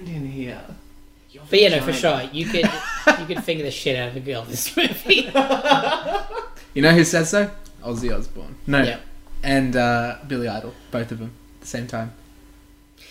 S1: and in here. Your
S3: But yeah, no, for
S1: vagina.
S3: sure, you could you could finger the shit out of a girl in this movie.
S2: You know who says so? Ozzy Osbourne. No.
S3: Yeah.
S2: And uh, Billy Idol. Both of them at the same time.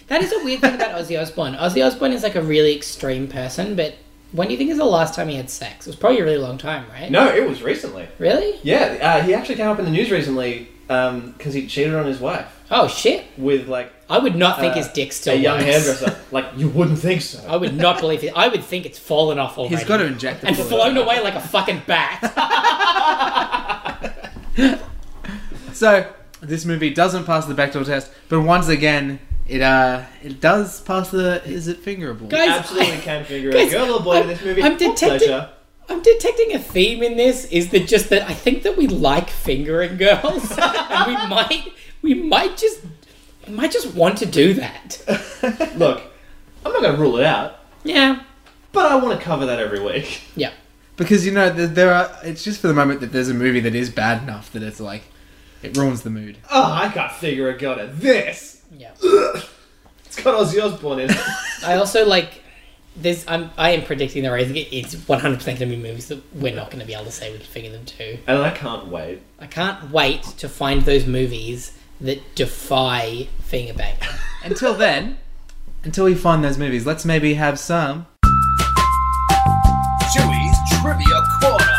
S3: That is a weird thing about Ozzy Osbourne. Ozzy Osbourne is like a really extreme person, but when do you think is the last time he had sex? It was probably a really long time, right?
S1: No, it was recently.
S3: Really?
S1: Yeah, uh, he actually came up in the news recently because he cheated on his wife
S3: Oh shit!
S1: with like
S3: I would not think
S1: uh,
S3: his dick still
S1: a young
S3: works. Oh,
S1: hairdresser. like you wouldn't think so.
S3: I would not believe it. I would think it's fallen off already.
S2: He's got to inject the
S3: and
S2: bullet.
S3: flown away like a fucking bat.
S2: So this movie doesn't pass the backdoor test, but once again, it uh, it does pass the is it fingerable?
S3: Guys,
S1: absolutely
S3: I-
S1: can figure
S3: guys,
S1: a girl or boy
S3: I'm-
S1: in this movie.
S3: I'm
S1: for
S3: detecting-
S1: pleasure.
S3: I'm detecting a theme in this. Is that just that I think that we like fingering girls, and we might we might just we might just want to do that.
S1: Look, I'm not going to rule it out,
S3: Yeah.
S1: but I want to cover that every week.
S3: Yeah.
S2: Because you know th- there are. It's just for the moment that there's a movie that is bad enough that it's like it ruins the mood.
S1: Oh, I can't figure a girl at this.
S3: Yeah.
S1: It's got Ozzy Osbourne in it.
S3: I also like there's I'm I am predicting the rating. It's 100 percent going to be movies that we're not going to be able to say we can figure them to.
S1: and I can't wait.
S3: I can't wait to find those movies that defy finger banging.
S2: Until then, until we find those movies, let's maybe have some.
S5: Chewy's Trivia Corner.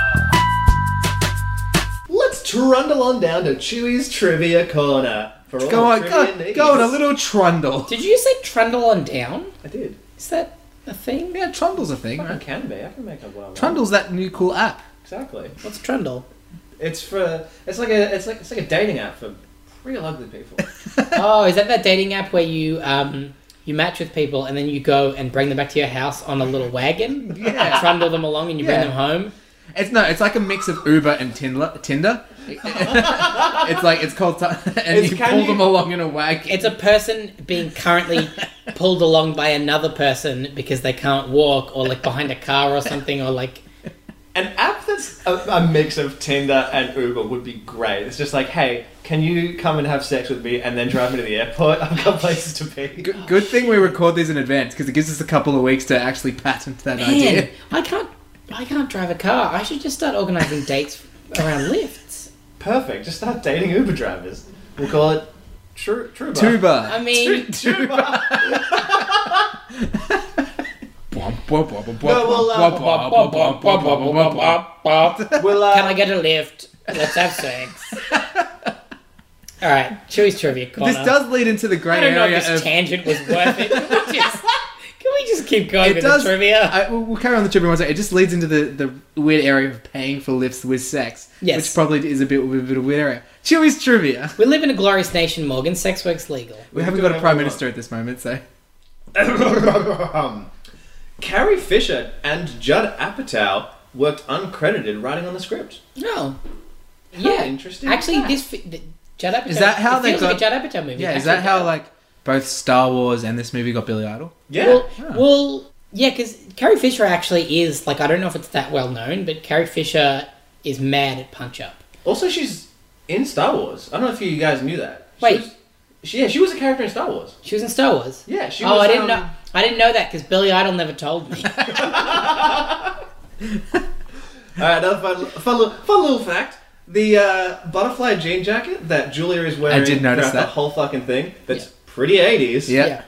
S1: Let's trundle on down to Chewy's Trivia Corner. For all
S2: Go
S1: the
S2: on,
S1: trivia
S2: go,
S1: needs.
S2: go on a little trundle.
S3: Did you say trundle on down?
S1: I did.
S3: Is that a thing?
S2: Yeah, trundle's a thing.
S1: I
S2: Right?
S1: can be. I can make up what I want.
S2: Trundle's that new cool app.
S1: Exactly.
S3: What's trundle?
S1: It's for. It's like a. It's like it's like a dating app for real ugly people.
S3: oh, is that that dating app where you um you match with people and then you go and bring them back to your house on a little wagon?
S2: Yeah.
S3: Trundle them along and you bring
S2: Yeah.
S3: them home.
S2: It's no, it's like a mix of Uber and Tinder. Tinder. it's like it's called, t- and
S1: It's-
S2: you
S1: can
S2: pull
S1: you-
S2: them along in a wagon.
S3: It's a person being currently pulled along by another person because they can't walk or like behind a car or something or like
S1: An app that's a, a mix of Tinder and Uber would be great. It's just like, hey, can you come and have sex with me and then drive me to the airport? I've got places to be.
S2: Good, good thing we record these in advance because it gives us a couple of weeks to actually patent that idea.
S3: Man, I can't I can't drive a car. I should just start organizing dates around lifts.
S1: Perfect. Just start dating Uber drivers. We'll call it True True
S3: I
S2: Tuba.
S3: mean
S1: Tuba.
S3: uh,
S2: Can
S1: We'll, uh,
S3: Can I get a lift? Let's have sex. All right, Chewy's trivia corner.
S2: This does lead into the grey
S3: I don't know
S2: area
S3: if this
S2: of.
S3: tangent was worth it. Can we just, can we just keep going
S2: It
S3: with
S2: does-
S3: the trivia?
S2: I, we'll we'll carry on the trivia one second. It just leads into the, the weird area of paying for lifts with sex,
S3: Yes.
S2: which probably is a bit, a bit of a weird area. Chewy's trivia.
S3: we live in a glorious nation, Morgan. Sex work's legal.
S2: We haven't
S1: do
S2: got a
S1: have
S2: prime
S1: one.
S2: minister at this moment, so
S1: Um, Carrie Fisher and Judd Apatow worked uncredited writing on the script.
S3: No. Yeah.
S1: interesting
S3: Actually,
S1: fact.
S3: this fi- the, Judd Apatow.
S2: Is that how
S3: it
S2: they
S3: feels Like a
S2: got-
S3: Judd Apatow movie.
S2: yeah. Is
S3: Actually,
S2: that how
S3: yeah.
S2: like both Star Wars and this movie got Billy Idol?
S1: Yeah.
S3: Well, well, yeah, because Carrie Fisher actually is like I don't know if it's that well known, but Carrie Fisher is mad at Punch Up.
S1: also, she's in Star Wars. I don't know if you guys knew that. She
S3: Wait.
S1: was- she, yeah, she was a character in Star Wars.
S3: She was in Star Wars.
S1: Yeah, she
S3: oh,
S1: was,
S3: I didn't
S1: um,
S3: know. I didn't know that because Billy Idol never told me.
S1: All right, another fun, fun, little, fun little fact. The uh, butterfly jean jacket that Julia is wearing
S2: I did notice
S1: throughout
S2: that.
S1: the whole fucking thing, that's
S3: Yeah.
S1: pretty 80s.
S2: Yeah.
S3: yeah.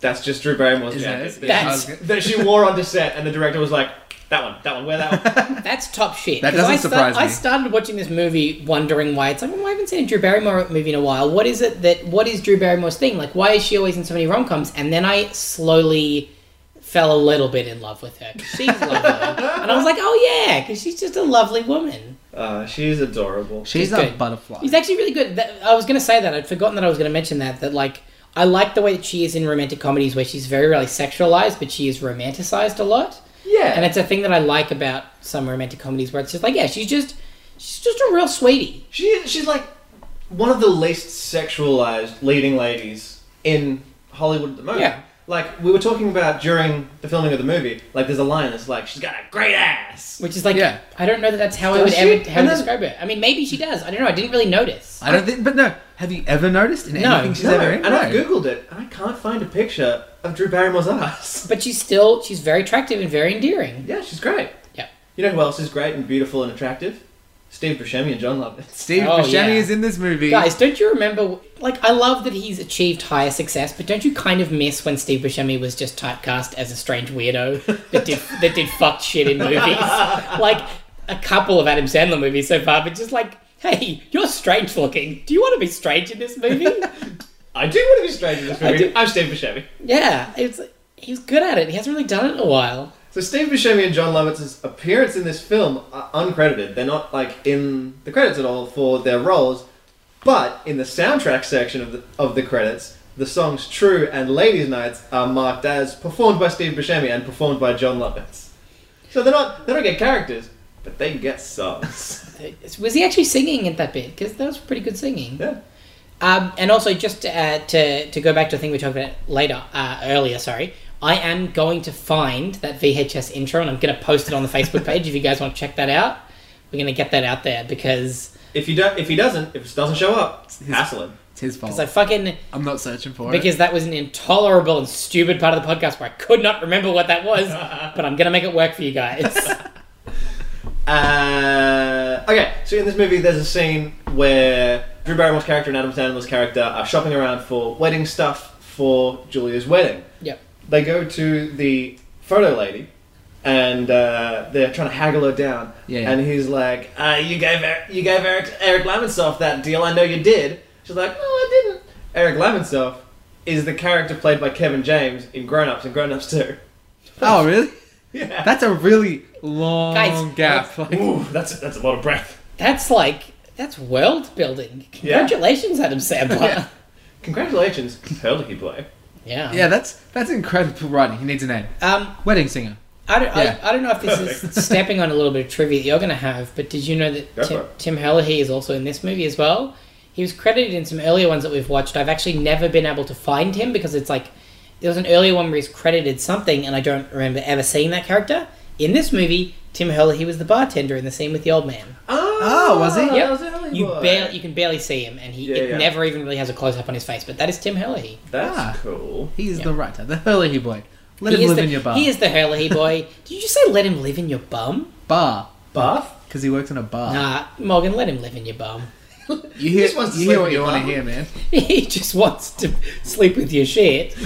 S1: That's just Drew Barrymore's
S2: Is that
S1: jacket.
S2: it?
S1: that-
S3: That's-
S2: I was gonna-
S1: That she wore onto set, and the director was like, That one. That one. Where that one?
S3: That's top shit.
S2: That
S3: 'Cause
S2: doesn't
S3: I
S2: surprise me.
S3: I started watching this movie wondering why it's like, well, I haven't seen a Drew Barrymore movie in a while. What is it that, what is Drew Barrymore's thing? Like, why is she always in so many rom coms? And then I slowly fell a little bit in love with her. 'cause She's lovely. and I was like, oh yeah, because she's just a lovely woman.
S1: uh, she's adorable.
S4: She's
S3: Good.
S4: a butterfly.
S3: He's actually really good. That, I was going to say that. I'd forgotten that I was going to mention that. That like I like the way that she is in romantic comedies, where she's very rarely sexualized, but she is romanticized a lot.
S1: Yeah.
S3: And it's a thing that I like about some romantic comedies, where it's just like, yeah, she's just she's just a real sweetie.
S1: She she's like one of the least sexualized leading ladies in Hollywood at the moment.
S3: Yeah.
S1: Like we were talking about during the filming of the movie, like there's a line that's like she's got a great ass.
S3: Which is like,
S2: Yeah.
S3: I don't know that that's how I
S1: Does
S3: would
S1: she?
S3: ever how
S1: And
S3: to
S1: then-
S3: describe her. I mean, maybe she does. I don't know. I didn't really notice.
S2: I don't think, but no. Have you ever noticed in
S3: No.
S2: anything she's
S1: No,
S2: ever in?
S1: and I've
S2: No.
S1: googled it and I can't find a picture of Drew Barrymore's ass.
S3: But she's still she's very attractive and very endearing.
S1: Yeah, she's great.
S3: Yeah.
S1: You know who else is great and beautiful and attractive? Steve Buscemi and John Lovitz.
S2: Steve
S3: Oh,
S2: Buscemi
S3: yeah.
S2: is in this movie.
S3: Guys, don't you remember? Like, I love that he's achieved higher success, but don't you kind of miss when Steve Buscemi was just typecast as a strange weirdo that did that did fucked shit in movies? like a couple of Adam Sandler movies so far, but just like, hey, you're strange looking. Do you want to be strange in this movie?
S1: I do want to be strange in this
S3: I
S1: movie.
S3: do.
S1: I'm Steve Buscemi.
S3: yeah, it's he's good at it. He hasn't really done it in a while.
S1: So Steve Buscemi and John Lovitz's appearance in this film are uncredited. They're not like in the credits at all for their roles, but in the soundtrack section of the, of the credits, the songs "True" and "Ladies' Nights" are marked as performed by Steve Buscemi and performed by John Lovitz. So they're not they don't get characters, but they get songs.
S3: Was he actually singing at that bit? Because that was pretty good singing.
S1: yeah.
S3: Um, and also, just to, uh, to to go back to a thing we talked about later, uh, earlier. Sorry, I am going to find that VHS intro, and I'm going to post it on the Facebook page. if you guys want to check that out, we're going to get that out there because
S1: If you don't, if he doesn't, if it doesn't show up, hassle him.
S2: it's his fault.
S3: because I fucking
S2: I'm not searching for it.
S3: because that was an intolerable and stupid part of the podcast where I could not remember what that was, but I'm going to make it work for you guys.
S1: Uh, okay, so in this movie, there's a scene where Drew Barrymore's character and Adam Sandler's character are shopping around for wedding stuff for Julia's wedding.
S3: yep.
S1: They go to the photo lady, and uh, they're trying to haggle her down.
S2: Yeah, yeah.
S1: And he's like, uh, "You gave Eric, you gave Eric Eric Lamonsoff that deal. I know you did." She's like, "No, I didn't." Eric Lamonsoff is the character played by Kevin James in Grown Ups and Grown Ups Two.
S2: oh, really?
S1: Yeah.
S2: That's a really long
S3: Guys,
S2: gap. Like,
S1: Ooh, that's that's a lot of breath.
S3: That's like that's world building.
S1: Yeah.
S3: Congratulations, Adam Sandler.
S1: Yeah. Congratulations, Hurley Boy.
S3: Yeah.
S2: yeah, that's that's incredible writing. He needs a name.
S3: Um,
S2: Wedding singer.
S3: I don't,
S2: Yeah.
S3: I, I don't know if this is stepping on a little bit of trivia that you're going to have, but did you know
S1: Go for
S3: that Tim,
S1: it.
S3: Tim Herlihy is also in this movie as well? He was credited in some earlier ones that we've watched. I've actually never been able to find him because it's like there was an earlier one where he's credited something, and I don't remember ever seeing that character. In this movie, Tim Herlihy was the bartender in the scene with the old man.
S1: Oh,
S2: Oh, was he?
S3: Yep.
S1: was Hurley
S3: You
S1: Boy.
S3: barely, you can barely see him, and he
S1: Yeah,
S3: it
S1: yeah.
S3: never even really has a close up on his face. But that is Tim Herlihy.
S1: That's
S2: Ah.
S1: cool.
S2: He is
S3: Yeah.
S2: the writer, the Hurley boy. Let him
S3: He is
S2: live
S3: the,
S2: in your bar.
S3: He is the Herlihy boy. Did you just say let him live in your bum?
S2: bar
S1: Buff?
S2: because he works in a bar.
S3: Nah, Morgan, let him live in your bum.
S2: You hear,
S1: just wants to
S2: you hear
S1: sleep
S2: what
S1: in
S2: you
S1: your
S2: want to
S1: bar.
S2: hear, man.
S3: he just wants to sleep with your shit.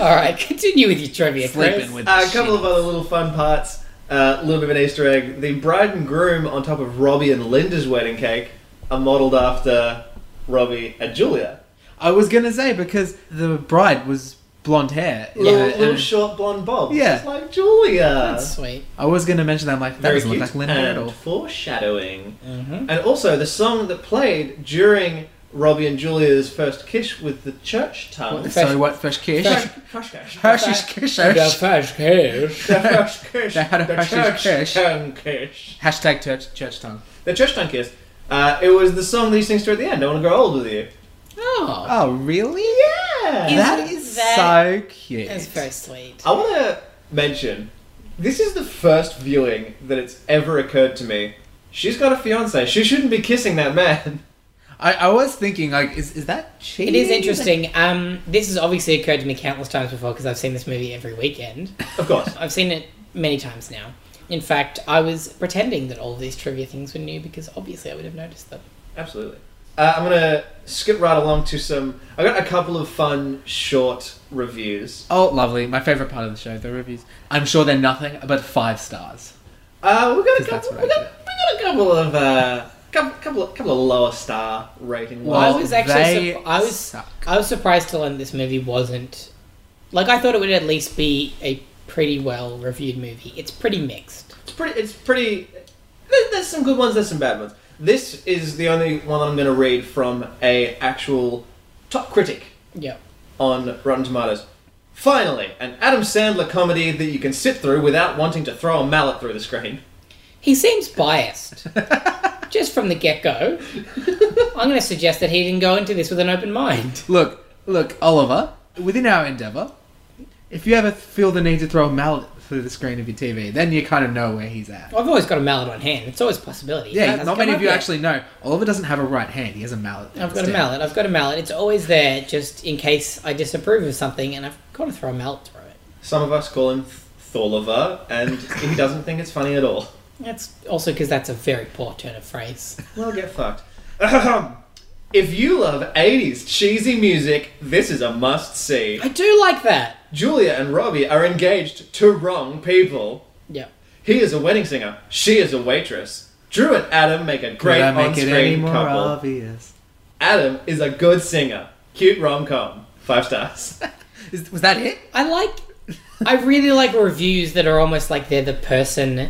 S3: All right, continue with your trivia, Chris.
S2: Sleeping with
S1: Uh, a couple of other little fun parts. Uh, A little bit of an Easter egg. The bride and groom on top of Robbie and Linda's wedding cake are modelled after Robbie and Julia.
S2: I was gonna say because the bride was blonde hair.
S1: Little,
S2: Yeah,
S1: little
S2: and
S1: short blonde bob.
S2: Yeah.
S1: Just like Julia.
S3: That's sweet.
S2: I was gonna mention that. I'm like, that
S1: Very
S2: doesn't
S1: cute.
S2: look like Linda at
S1: and
S2: all.
S1: foreshadowing.
S2: Mm-hmm.
S1: And also, the song that played during Robbie and Julia's first kiss with the church tongue.
S3: What
S2: Sorry, what? Fresh kiss.
S3: Fresh-
S1: Hush, hush.
S2: Hershey's kiss. Hersh-
S1: The first kiss.
S2: They had a
S1: the
S2: first
S1: church
S2: kiss.
S1: tongue kiss.
S2: Hashtag church church tongue.
S1: The church tongue kiss. Uh, it was the song that he sings to at the end. I want to grow old with you.
S3: Oh,
S2: Oh really?
S1: Yeah.
S2: That
S3: Isn't
S2: is
S3: that-
S2: so cute.
S3: that's very sweet.
S2: Oh,
S1: I want to mention this is the first viewing that it's ever occurred to me. She's got a fiance. She shouldn't be kissing that man.
S2: I, I was thinking like, is is that cheating?
S3: It is interesting. Um, this has obviously occurred to me countless times before because I've seen this movie every weekend.
S1: Of course.
S3: I've seen it many times now. In fact, I was pretending that all these trivia things were new because obviously I would have noticed them.
S1: Absolutely. Uh, I'm gonna skip right along to some. I got a couple of fun short reviews.
S2: Oh, lovely. My favorite part of the show, the reviews. I'm sure they're nothing but five stars.
S1: Uh, we got a
S2: 'Cause that's
S1: couple.
S2: what
S1: We
S2: I
S1: got, we got a couple of uh, couple couple of, couple of lower star rating. ones.
S2: Well,
S3: I was actually
S2: they
S3: surp- I was
S2: suck.
S3: I was surprised to learn this movie wasn't like I thought it would at least be a pretty well reviewed movie. It's pretty mixed.
S1: It's pretty. It's pretty. there- There's some good ones. There's some bad ones. This is the only one I'm gonna read from a actual top critic
S3: Yeah.
S1: on Rotten Tomatoes. Finally, an Adam Sandler comedy that you can sit through without wanting to throw a mallet through the screen.
S3: He seems biased. Just from the get go. I'm gonna suggest that he didn't go into this with an open mind.
S2: Look, look, Oliver, within our endeavour, if you ever feel the need to throw a mallet through the screen of your TV, then you kind of know where he's at.
S3: I've always got a mallet on hand. It's always a possibility. It
S2: Yeah,
S3: hasn't
S2: not
S3: come
S2: many
S3: up
S2: of you
S3: yet.
S2: actually know. Oliver doesn't have a right hand, he has a mallet.
S3: I've got a
S2: instead.
S3: mallet. I've got a mallet. It's always there just in case I disapprove of something and I've got to throw a mallet through it.
S1: Some of us call him Th- Thorliver, and he doesn't think it's funny at all.
S3: That's also because that's a very poor turn of phrase.
S1: Well, get fucked. if you love 80s cheesy music, this is a must see.
S3: I do like that.
S1: Julia and Robbie are engaged to wrong people.
S3: Yeah.
S1: He is a wedding singer, she is a waitress. Drew and Adam make a
S2: Could
S1: great
S2: I make
S1: on
S2: it any
S1: screen
S2: more
S1: couple.
S2: obvious?
S1: Adam is a good singer. Cute rom com. Five stars.
S2: Is, was that it?
S3: I like. I really like reviews that are almost like they're the person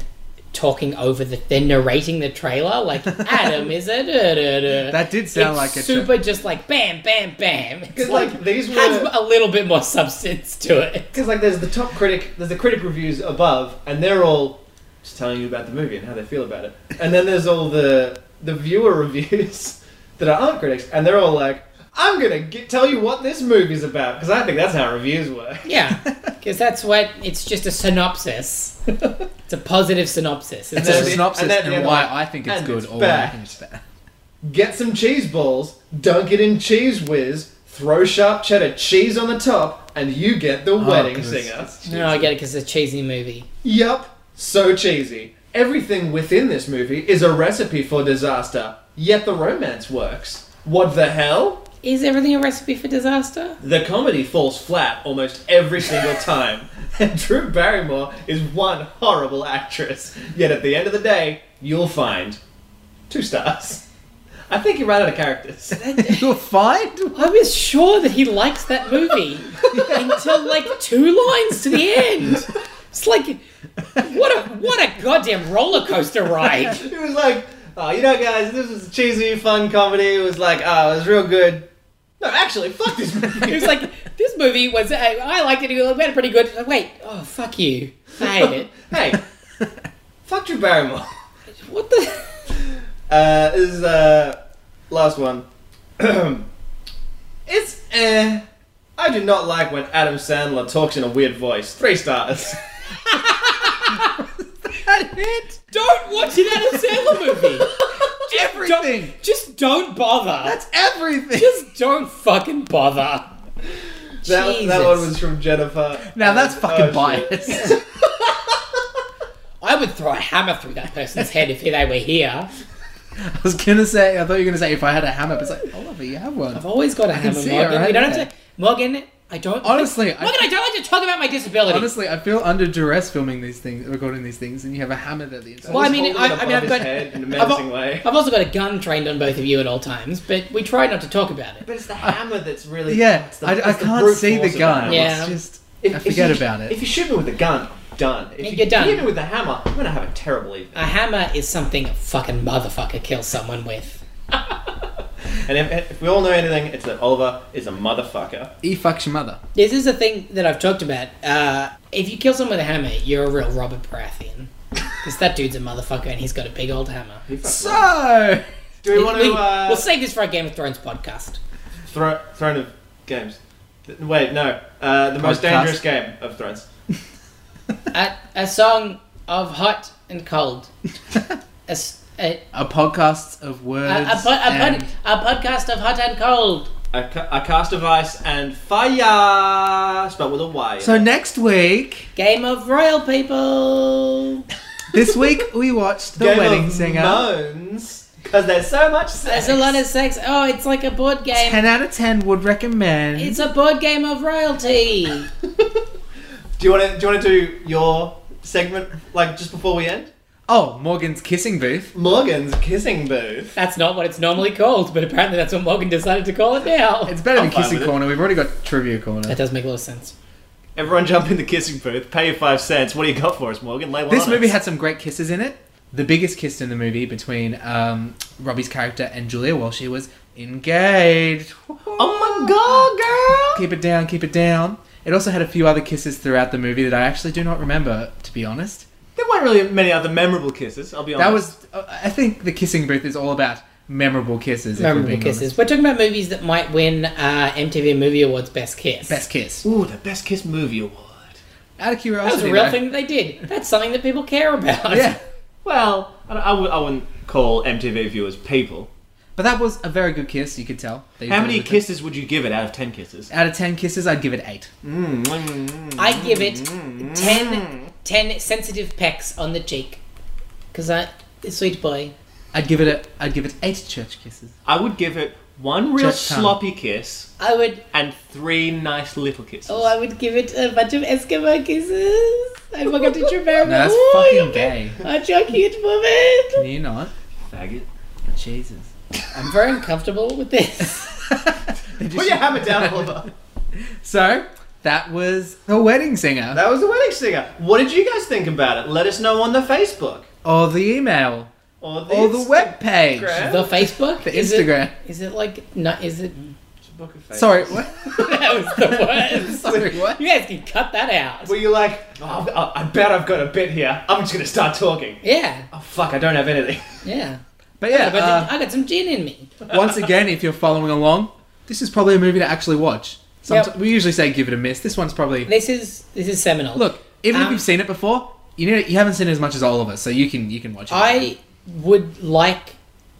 S3: talking over the. They're narrating the trailer. Like Adam is a. Da, da, da.
S2: That did sound
S3: It's
S2: like a
S3: super. Just like bam, bam, bam. It's
S1: Because like these
S3: has
S1: were
S3: a little bit more substance to it.
S1: because like there's the top critic, there's the critic reviews above, and they're all just telling you about the movie and how they feel about it. And then there's all the the viewer reviews that aren't critics, and they're all like, "I'm gonna get, tell you what this movie's about," because I think that's how reviews work.
S3: Yeah, because that's what it's just a synopsis. it's a positive synopsis.
S2: It's
S3: It's
S1: then
S2: a
S1: the-
S2: synopsis
S1: and
S2: and,
S1: then the other
S2: why
S1: one,
S2: I think it's
S1: and
S2: good
S1: it's
S2: or why I
S1: bad.
S2: think it's bad.
S1: Get some cheese balls, dunk it in cheese whiz, throw sharp cheddar cheese on the top, and you get the wedding
S2: 'cause
S1: singer.
S3: no, I get it because it's a cheesy movie.
S1: Yup, so cheesy. Everything within this movie is a recipe for disaster, yet the romance works. What the hell?
S3: Is everything a recipe for disaster?
S1: The comedy falls flat almost every single time. And Drew Barrymore is one horrible actress. Yet at the end of the day, you'll find two stars. I think you're right out of characters.
S2: You're fine?
S3: I was sure that he likes that movie until like two lines to the end. It's like, what a what a goddamn roller coaster ride.
S1: It was like, oh, you know, guys, this was cheesy, fun comedy. It was like, oh, it was real good. No, actually, fuck this movie.
S3: It was like this movie was. I, I liked it. It went pretty good. Wait, oh fuck you, I hate it.
S1: hey, fuck Drew Barrymore.
S3: What the?
S1: Uh, this is uh, last one. it's eh. I do not like when Adam Sandler talks in a weird voice. Three stars.
S3: Don't watch an Adam Sandler movie. Just
S2: Everything.
S3: Don't, just don't bother.
S2: That's everything!
S3: just don't fucking bother.
S1: that, that
S3: Jesus.
S1: one was from Jennifer.
S2: now that's
S1: Oh,
S2: fucking
S1: shit.
S2: biased.
S3: I would throw a hammer through that person's head if they were here.
S2: I was gonna say, I thought you were gonna say if I had a hammer, but it's like, Oliver, you have one.
S3: I've always got a
S2: can
S3: hammer,
S2: see it
S3: Morgan.
S2: right
S3: you don't have
S2: there.
S3: to, Morgan. I don't.
S2: Honestly, I-
S3: Morgan, I, don't like to talk about my disability.
S2: Honestly, I feel under duress filming these things, recording these things, and you have a hammer at the end.
S3: Well, I mean,
S1: Holding
S3: I-
S1: up
S3: I mean,
S1: on
S3: I've
S1: his
S3: got-
S1: head in a
S3: I've al-
S1: menacing way.
S3: I've also got a gun trained on both of you at all times, but we try not to talk about it.
S1: But it's the hammer that's really.
S2: yeah,
S1: it's the-
S2: I, I
S1: it's the brute
S2: can't see
S1: force
S2: the
S1: of
S2: gun.
S1: hammer.
S3: Yeah.
S2: It's just,
S1: If-
S2: I
S1: if you-
S2: forget about it.
S1: If you shoot me with a gun, I'm done. If you
S3: You're done.
S1: hit me with a hammer, I'm gonna have a terrible evening.
S3: A hammer is something a fucking motherfucker kills someone with.
S1: And if, if we all know anything, it's that Oliver is a motherfucker.
S2: E fucks your mother.
S3: This is a thing that I've talked about. Uh, if you kill someone with a hammer, you're a real Robert Baratheon. Because that dude's a motherfucker and he's got a big old hammer.
S1: He fucks me.
S2: So,
S1: Do we want to uh,
S3: will save this for our Game of Thrones podcast.
S1: Thro- Throne of Games. Th- Wait, no. Uh, the most
S2: Podcast.
S1: dangerous game of Thrones.
S3: a, a song of hot and cold. A, s- a-
S2: a podcast of
S3: a-
S2: words.
S3: a po- a pod-
S2: and
S3: a podcast of hot and cold.
S1: A, ca- a cast of ice and fire, spelled with a Y.
S2: so next week,
S3: Game of Royal People.
S2: this week we watched The
S1: Game
S2: Wedding
S1: of
S2: Singer.
S1: Moans. Because there's so much sex.
S3: There's a lot of sex. Oh, it's like a board game.
S2: Ten out of ten would recommend.
S3: It's a board game of royalty.
S1: Do you want to do you want to do your segment like just before we end?
S2: oh, Morgan's kissing booth.
S1: Morgan's kissing booth.
S3: that's not what it's normally called, but apparently that's what Morgan decided to call it now.
S2: It's better
S1: I'm
S2: than
S1: fine
S2: kissing
S1: with it.
S2: corner. We've already got trivia corner.
S3: That does make a lot of sense.
S1: Everyone jump in the kissing booth. Pay your five cents. What do you got for us, Morgan? Lay one
S2: This
S1: on
S2: movie
S1: us.
S2: had some great kisses in it. The biggest kiss in the movie between um, Robbie's character and Julia while she was engaged.
S1: Oh my god, girl!
S2: Keep it down, keep it down. It also had a few other kisses throughout the movie that I actually do not remember, to be honest.
S1: There weren't really many other memorable kisses. I'll be honest.
S2: That was, uh, I think, the kissing booth is all about memorable kisses. if we're
S3: Memorable
S2: being
S3: kisses.
S2: honest.
S3: We're talking about movies that might win uh, MTV Movie Awards Best Kiss.
S2: Best kiss.
S1: ooh the best kiss movie award.
S2: Out of
S3: That was
S2: curiosity,
S3: a real
S2: though.
S3: thing that they did. That's something that people care about.
S2: Yeah,
S1: Well, I, don't- I, w- I wouldn't call MTV viewers people.
S2: but that was a very good kiss. You could tell. They
S1: How
S2: did
S1: many
S2: it.
S1: kisses would you give it out of ten kisses?
S2: Out of ten kisses, I'd give it eight. mm,
S3: I give it 10, 10 sensitive pecks on the cheek. Because I. Sweet boy.
S2: I'd give it a. I'd give it eight church kisses.
S1: I would give it one real
S2: Just ten.
S1: sloppy kiss
S3: I would.
S1: and three nice little kisses.
S3: Oh, I would give it a bunch of Eskimo kisses. I forgot to remember.
S2: No, that's
S3: Ooh,
S2: fucking
S3: you're-
S2: gay.
S3: Aren't you a cute woman?
S2: Can you not?
S1: Faggot.
S2: Jesus.
S3: I'm very uncomfortable with this.
S2: They just-
S1: Put your hammer down, Oliver.
S2: So that was the wedding singer
S1: That was the wedding singer. What did you guys think about it? Let us know on the Facebook
S2: or the email
S1: or the,
S2: or the web page,
S1: Instagram.
S3: The Facebook?
S2: the
S3: Is it-
S2: Instagram.
S3: Is it like no? Is it?
S1: Book of faces.
S2: Sorry, what?
S3: That was the worst.
S2: Sorry, what?
S3: You guys can cut that out.
S1: Were you like, oh, I've- I- I bet I've got a bit here. I'm just gonna start talking.
S3: Yeah,
S1: Oh fuck, I don't have anything.
S3: yeah.
S2: But yeah,
S3: but
S2: uh,
S3: I got some gin in me.
S2: once again, if you're following along, this is probably a movie to actually watch. Somet-
S3: Yep.
S2: We usually say give it a miss. This one's probably
S3: This is this is seminal.
S2: look. Even if
S3: Um,
S2: you've seen it before, you know you haven't seen it as much as all of us, so you can you can watch it.
S3: I would like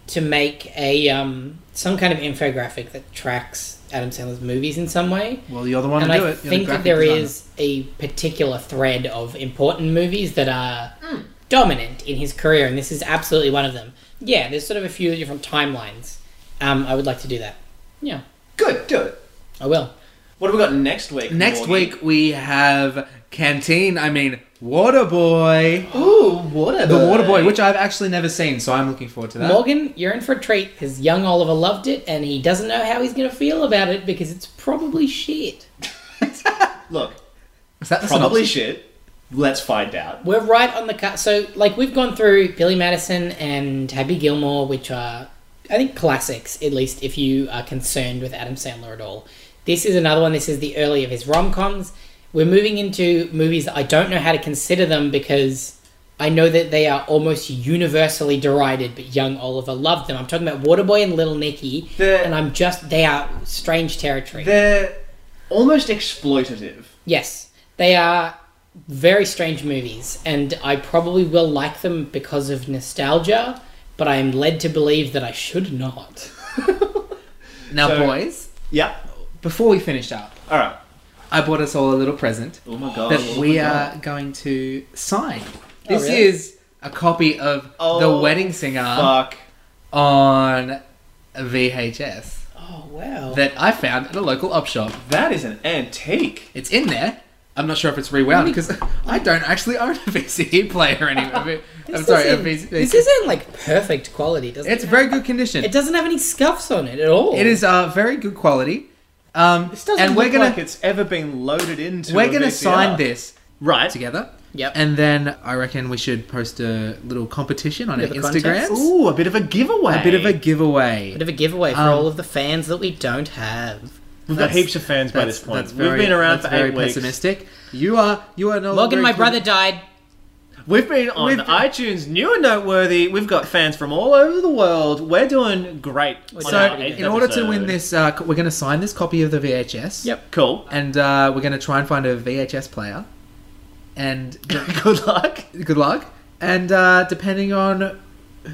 S3: to make a um some kind of infographic that tracks Adam Sandler's movies in some way.
S2: well, you're the one
S3: and
S2: to do
S3: I
S2: it. You're the
S3: think that
S2: graphic
S3: there
S2: designer.
S3: is a particular thread of important movies that are dominant in his career, and this is absolutely one of them. Yeah, there's sort of a few different timelines. Um, I would like to do that. Yeah,
S1: Good, do it.
S3: I will.
S1: What have we got next week?
S2: Next
S1: Morgan?
S2: week we have Canteen. I mean Waterboy,
S1: Ooh, Waterboy.
S2: the Waterboy, which I've actually never seen, so I'm looking forward to that.
S3: Morgan, you're in for a treat because young Oliver loved it, and he doesn't know how he's going to feel about it because it's probably shit.
S1: Look,
S2: Is that the
S1: probably
S2: synopsis?
S1: shit. Let's find out.
S3: We're right on the cut. So, like, we've gone through Billy Madison and Happy Gilmore, which are, I think, classics, at least if you are concerned with Adam Sandler at all. This is another one. This is the early of his rom coms. We're moving into movies that I don't know how to consider them because I know that they are almost universally derided, but young Oliver loved them. I'm talking about Waterboy and Little Nicky,
S1: The-
S3: and I'm just, they are strange territory.
S1: They're almost exploitative.
S3: Yes, they are very strange movies, and I probably will like them because of nostalgia, but I am led to believe that I should not.
S2: Now,
S1: So-
S2: boys,
S1: Yeah.
S2: before we finish up,
S1: All right.
S2: I bought us all a little present
S1: Oh my god.
S2: that we are going to sign. This
S3: Oh, really?
S2: is a copy of
S1: Oh,
S2: The Wedding Singer
S1: Fuck.
S2: on VHS
S3: Oh, wow.
S2: that I found at a local op shop.
S1: That is an antique.
S2: It's in there. I'm not sure if it's rewound because I don't actually own a VCD player anymore. I'm sorry, a
S3: isn't,
S2: VCD.
S3: this isn't like perfect quality, does
S2: it's
S3: it?
S2: very good condition.
S3: It doesn't have any scuffs on it at all.
S2: It is uh, very good quality. Um,
S1: This doesn't
S2: and we're
S1: look
S2: gonna
S1: like it's ever been loaded into.
S2: we're
S1: a
S2: gonna
S1: VCR.
S2: sign this
S1: right.
S2: together.
S3: Yep.
S2: And then I reckon we should post a little competition on our
S3: Bit of a
S2: Instagrams.
S3: contest.
S1: Ooh, a bit of a giveaway.
S2: A bit of a
S3: A
S2: giveaway.
S3: bit of a giveaway for
S2: Um,
S3: all of the fans that we don't have.
S1: We've got
S2: That's-
S1: heaps of fans by this point.
S2: that's very,
S1: We've been around
S2: that's
S1: for
S2: very
S1: eight weeks.
S2: pessimistic. You are you are no longer
S3: Morgan, my
S2: included-
S3: brother died.
S1: We've been on
S2: We've been-
S1: iTunes, new and noteworthy. We've got fans from all over the world. We're doing great. on
S3: doing
S1: our
S2: So
S3: great.
S1: eighth
S2: in order to
S1: episode.
S2: win this, uh, c- we're going to sign this copy of the VHS.
S1: yep, cool.
S2: And uh, we're going to try and find a VHS player. And
S1: Good luck.
S2: good luck. And uh, depending on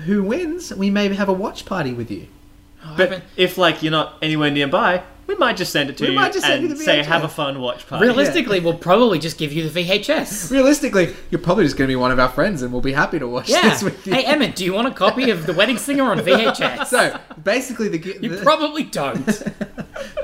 S2: who wins, we may have a watch party with you. Oh,
S1: But if like you're not anywhere nearby, we We might just send it to
S4: We
S1: you
S4: might just send
S1: and
S4: you the
S1: say,
S4: VHS.
S1: "Have a fun watch party."
S3: Realistically, we'll probably just give you the VHS.
S2: Realistically, you're probably just going to be one of our friends, and we'll be happy to watch
S3: Yeah.
S2: this with you.
S3: Hey, Emmett, do you want a copy of The Wedding Singer on VHS?
S2: so basically, the, gi-
S3: you
S2: the,
S3: probably don't.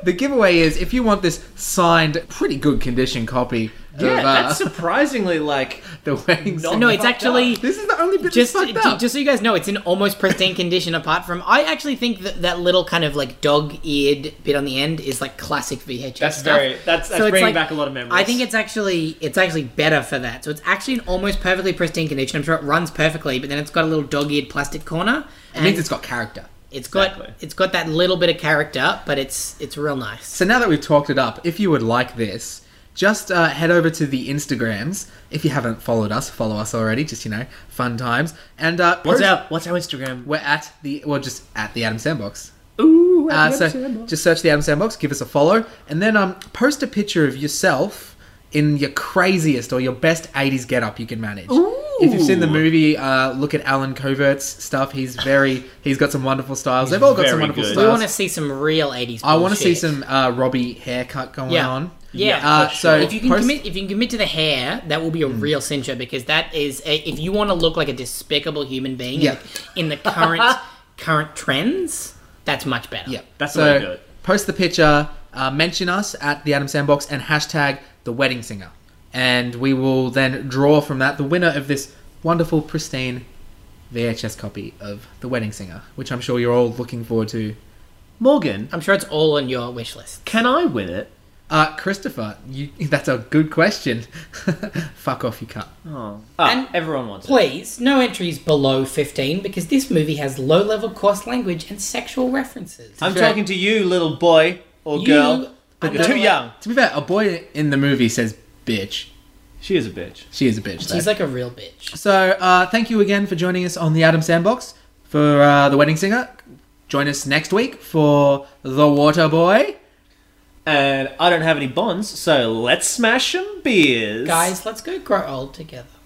S2: the giveaway is if you want this signed, pretty good condition copy
S1: yeah,
S2: of uh,
S1: that's surprisingly like
S2: the wedding.
S1: not
S2: Singer-
S3: No, it's
S1: fucked
S3: actually-
S1: up.
S2: This is the only bit
S3: just
S2: that's fucked up.
S3: just so you guys know, it's in almost pristine condition. Apart from, I actually think that that little kind of like dog-eared bit on the end is like classic VHS.
S1: That's
S3: stuff.
S1: very- that's- that's
S3: it's
S1: bringing back a lot of memories.
S3: I think it's actually it's actually better for that. So it's actually in almost perfectly pristine condition. I'm sure it runs perfectly, but then it's got a little dog-eared plastic corner.
S2: it
S3: And
S2: means it's got character.
S3: it's got
S1: Exactly.
S3: it's got that little bit of character, but it's it's real nice.
S2: So now that we've talked it up, if you would like this, just uh, head over to the Instagrams. If you haven't followed us, follow us already. Just you know, fun times. And uh,
S1: What's
S2: post-
S1: our What's our Instagram?
S2: We're at the well, just at the Adam Sandbox.
S1: Ooh,
S2: Uh, so just search the Adam Sandbox, give us a follow, and then um, post a picture of yourself in your craziest or your best 80s getup you can manage. If you've seen the movie, uh, look at Alan Covert's stuff. He's very, he's got some wonderful styles. They've all got some
S1: very
S2: wonderful
S1: good.
S3: We
S2: styles.
S3: want to see some real '80s.
S2: I want to see
S3: bullshit.
S2: some uh, Robbie haircut going
S3: Oh, Yeah.
S2: on.
S3: Yeah.
S2: Uh,
S1: For
S2: so
S1: sure.
S3: If you can
S2: post- Mm.
S3: commit, if you can commit to the hair, that will be a real censure because that is a, if you want to look like a despicable human being
S2: Yeah.
S3: in the current current trends, that's much better.
S2: Yeah,
S1: That's the
S2: so
S1: way to do it.
S2: post the picture, uh, mention us at the Adam Sandbox, and hashtag the wedding singer, and we will then draw from that the winner of this wonderful pristine VHS copy of the wedding singer, which I'm sure you're all looking forward to.
S1: Morgan,
S3: I'm sure it's all on your wish list.
S1: can I win it?
S2: Uh, Christopher, you, that's a good question. Fuck off, you cut.
S1: Oh,
S3: And-
S1: everyone wants it.
S3: Please, no entries below 15 because this movie has low level coarse language and sexual references.
S1: I'm
S2: Sure.
S1: talking to you, little boy or
S3: You-
S1: girl. But
S3: I
S1: you're too
S3: don't-
S1: young.
S2: To be fair, a boy in the movie says "bitch."
S1: She is a bitch.
S2: She is a bitch. though.
S3: She's like a real bitch.
S2: So, uh, thank you again for joining us on the Adam Sandbox for uh, The Wedding Singer. Join us next week for The Water Boy.
S1: And I don't have any bonds, so let's smash some beers,
S3: Guys, let's go grow old together.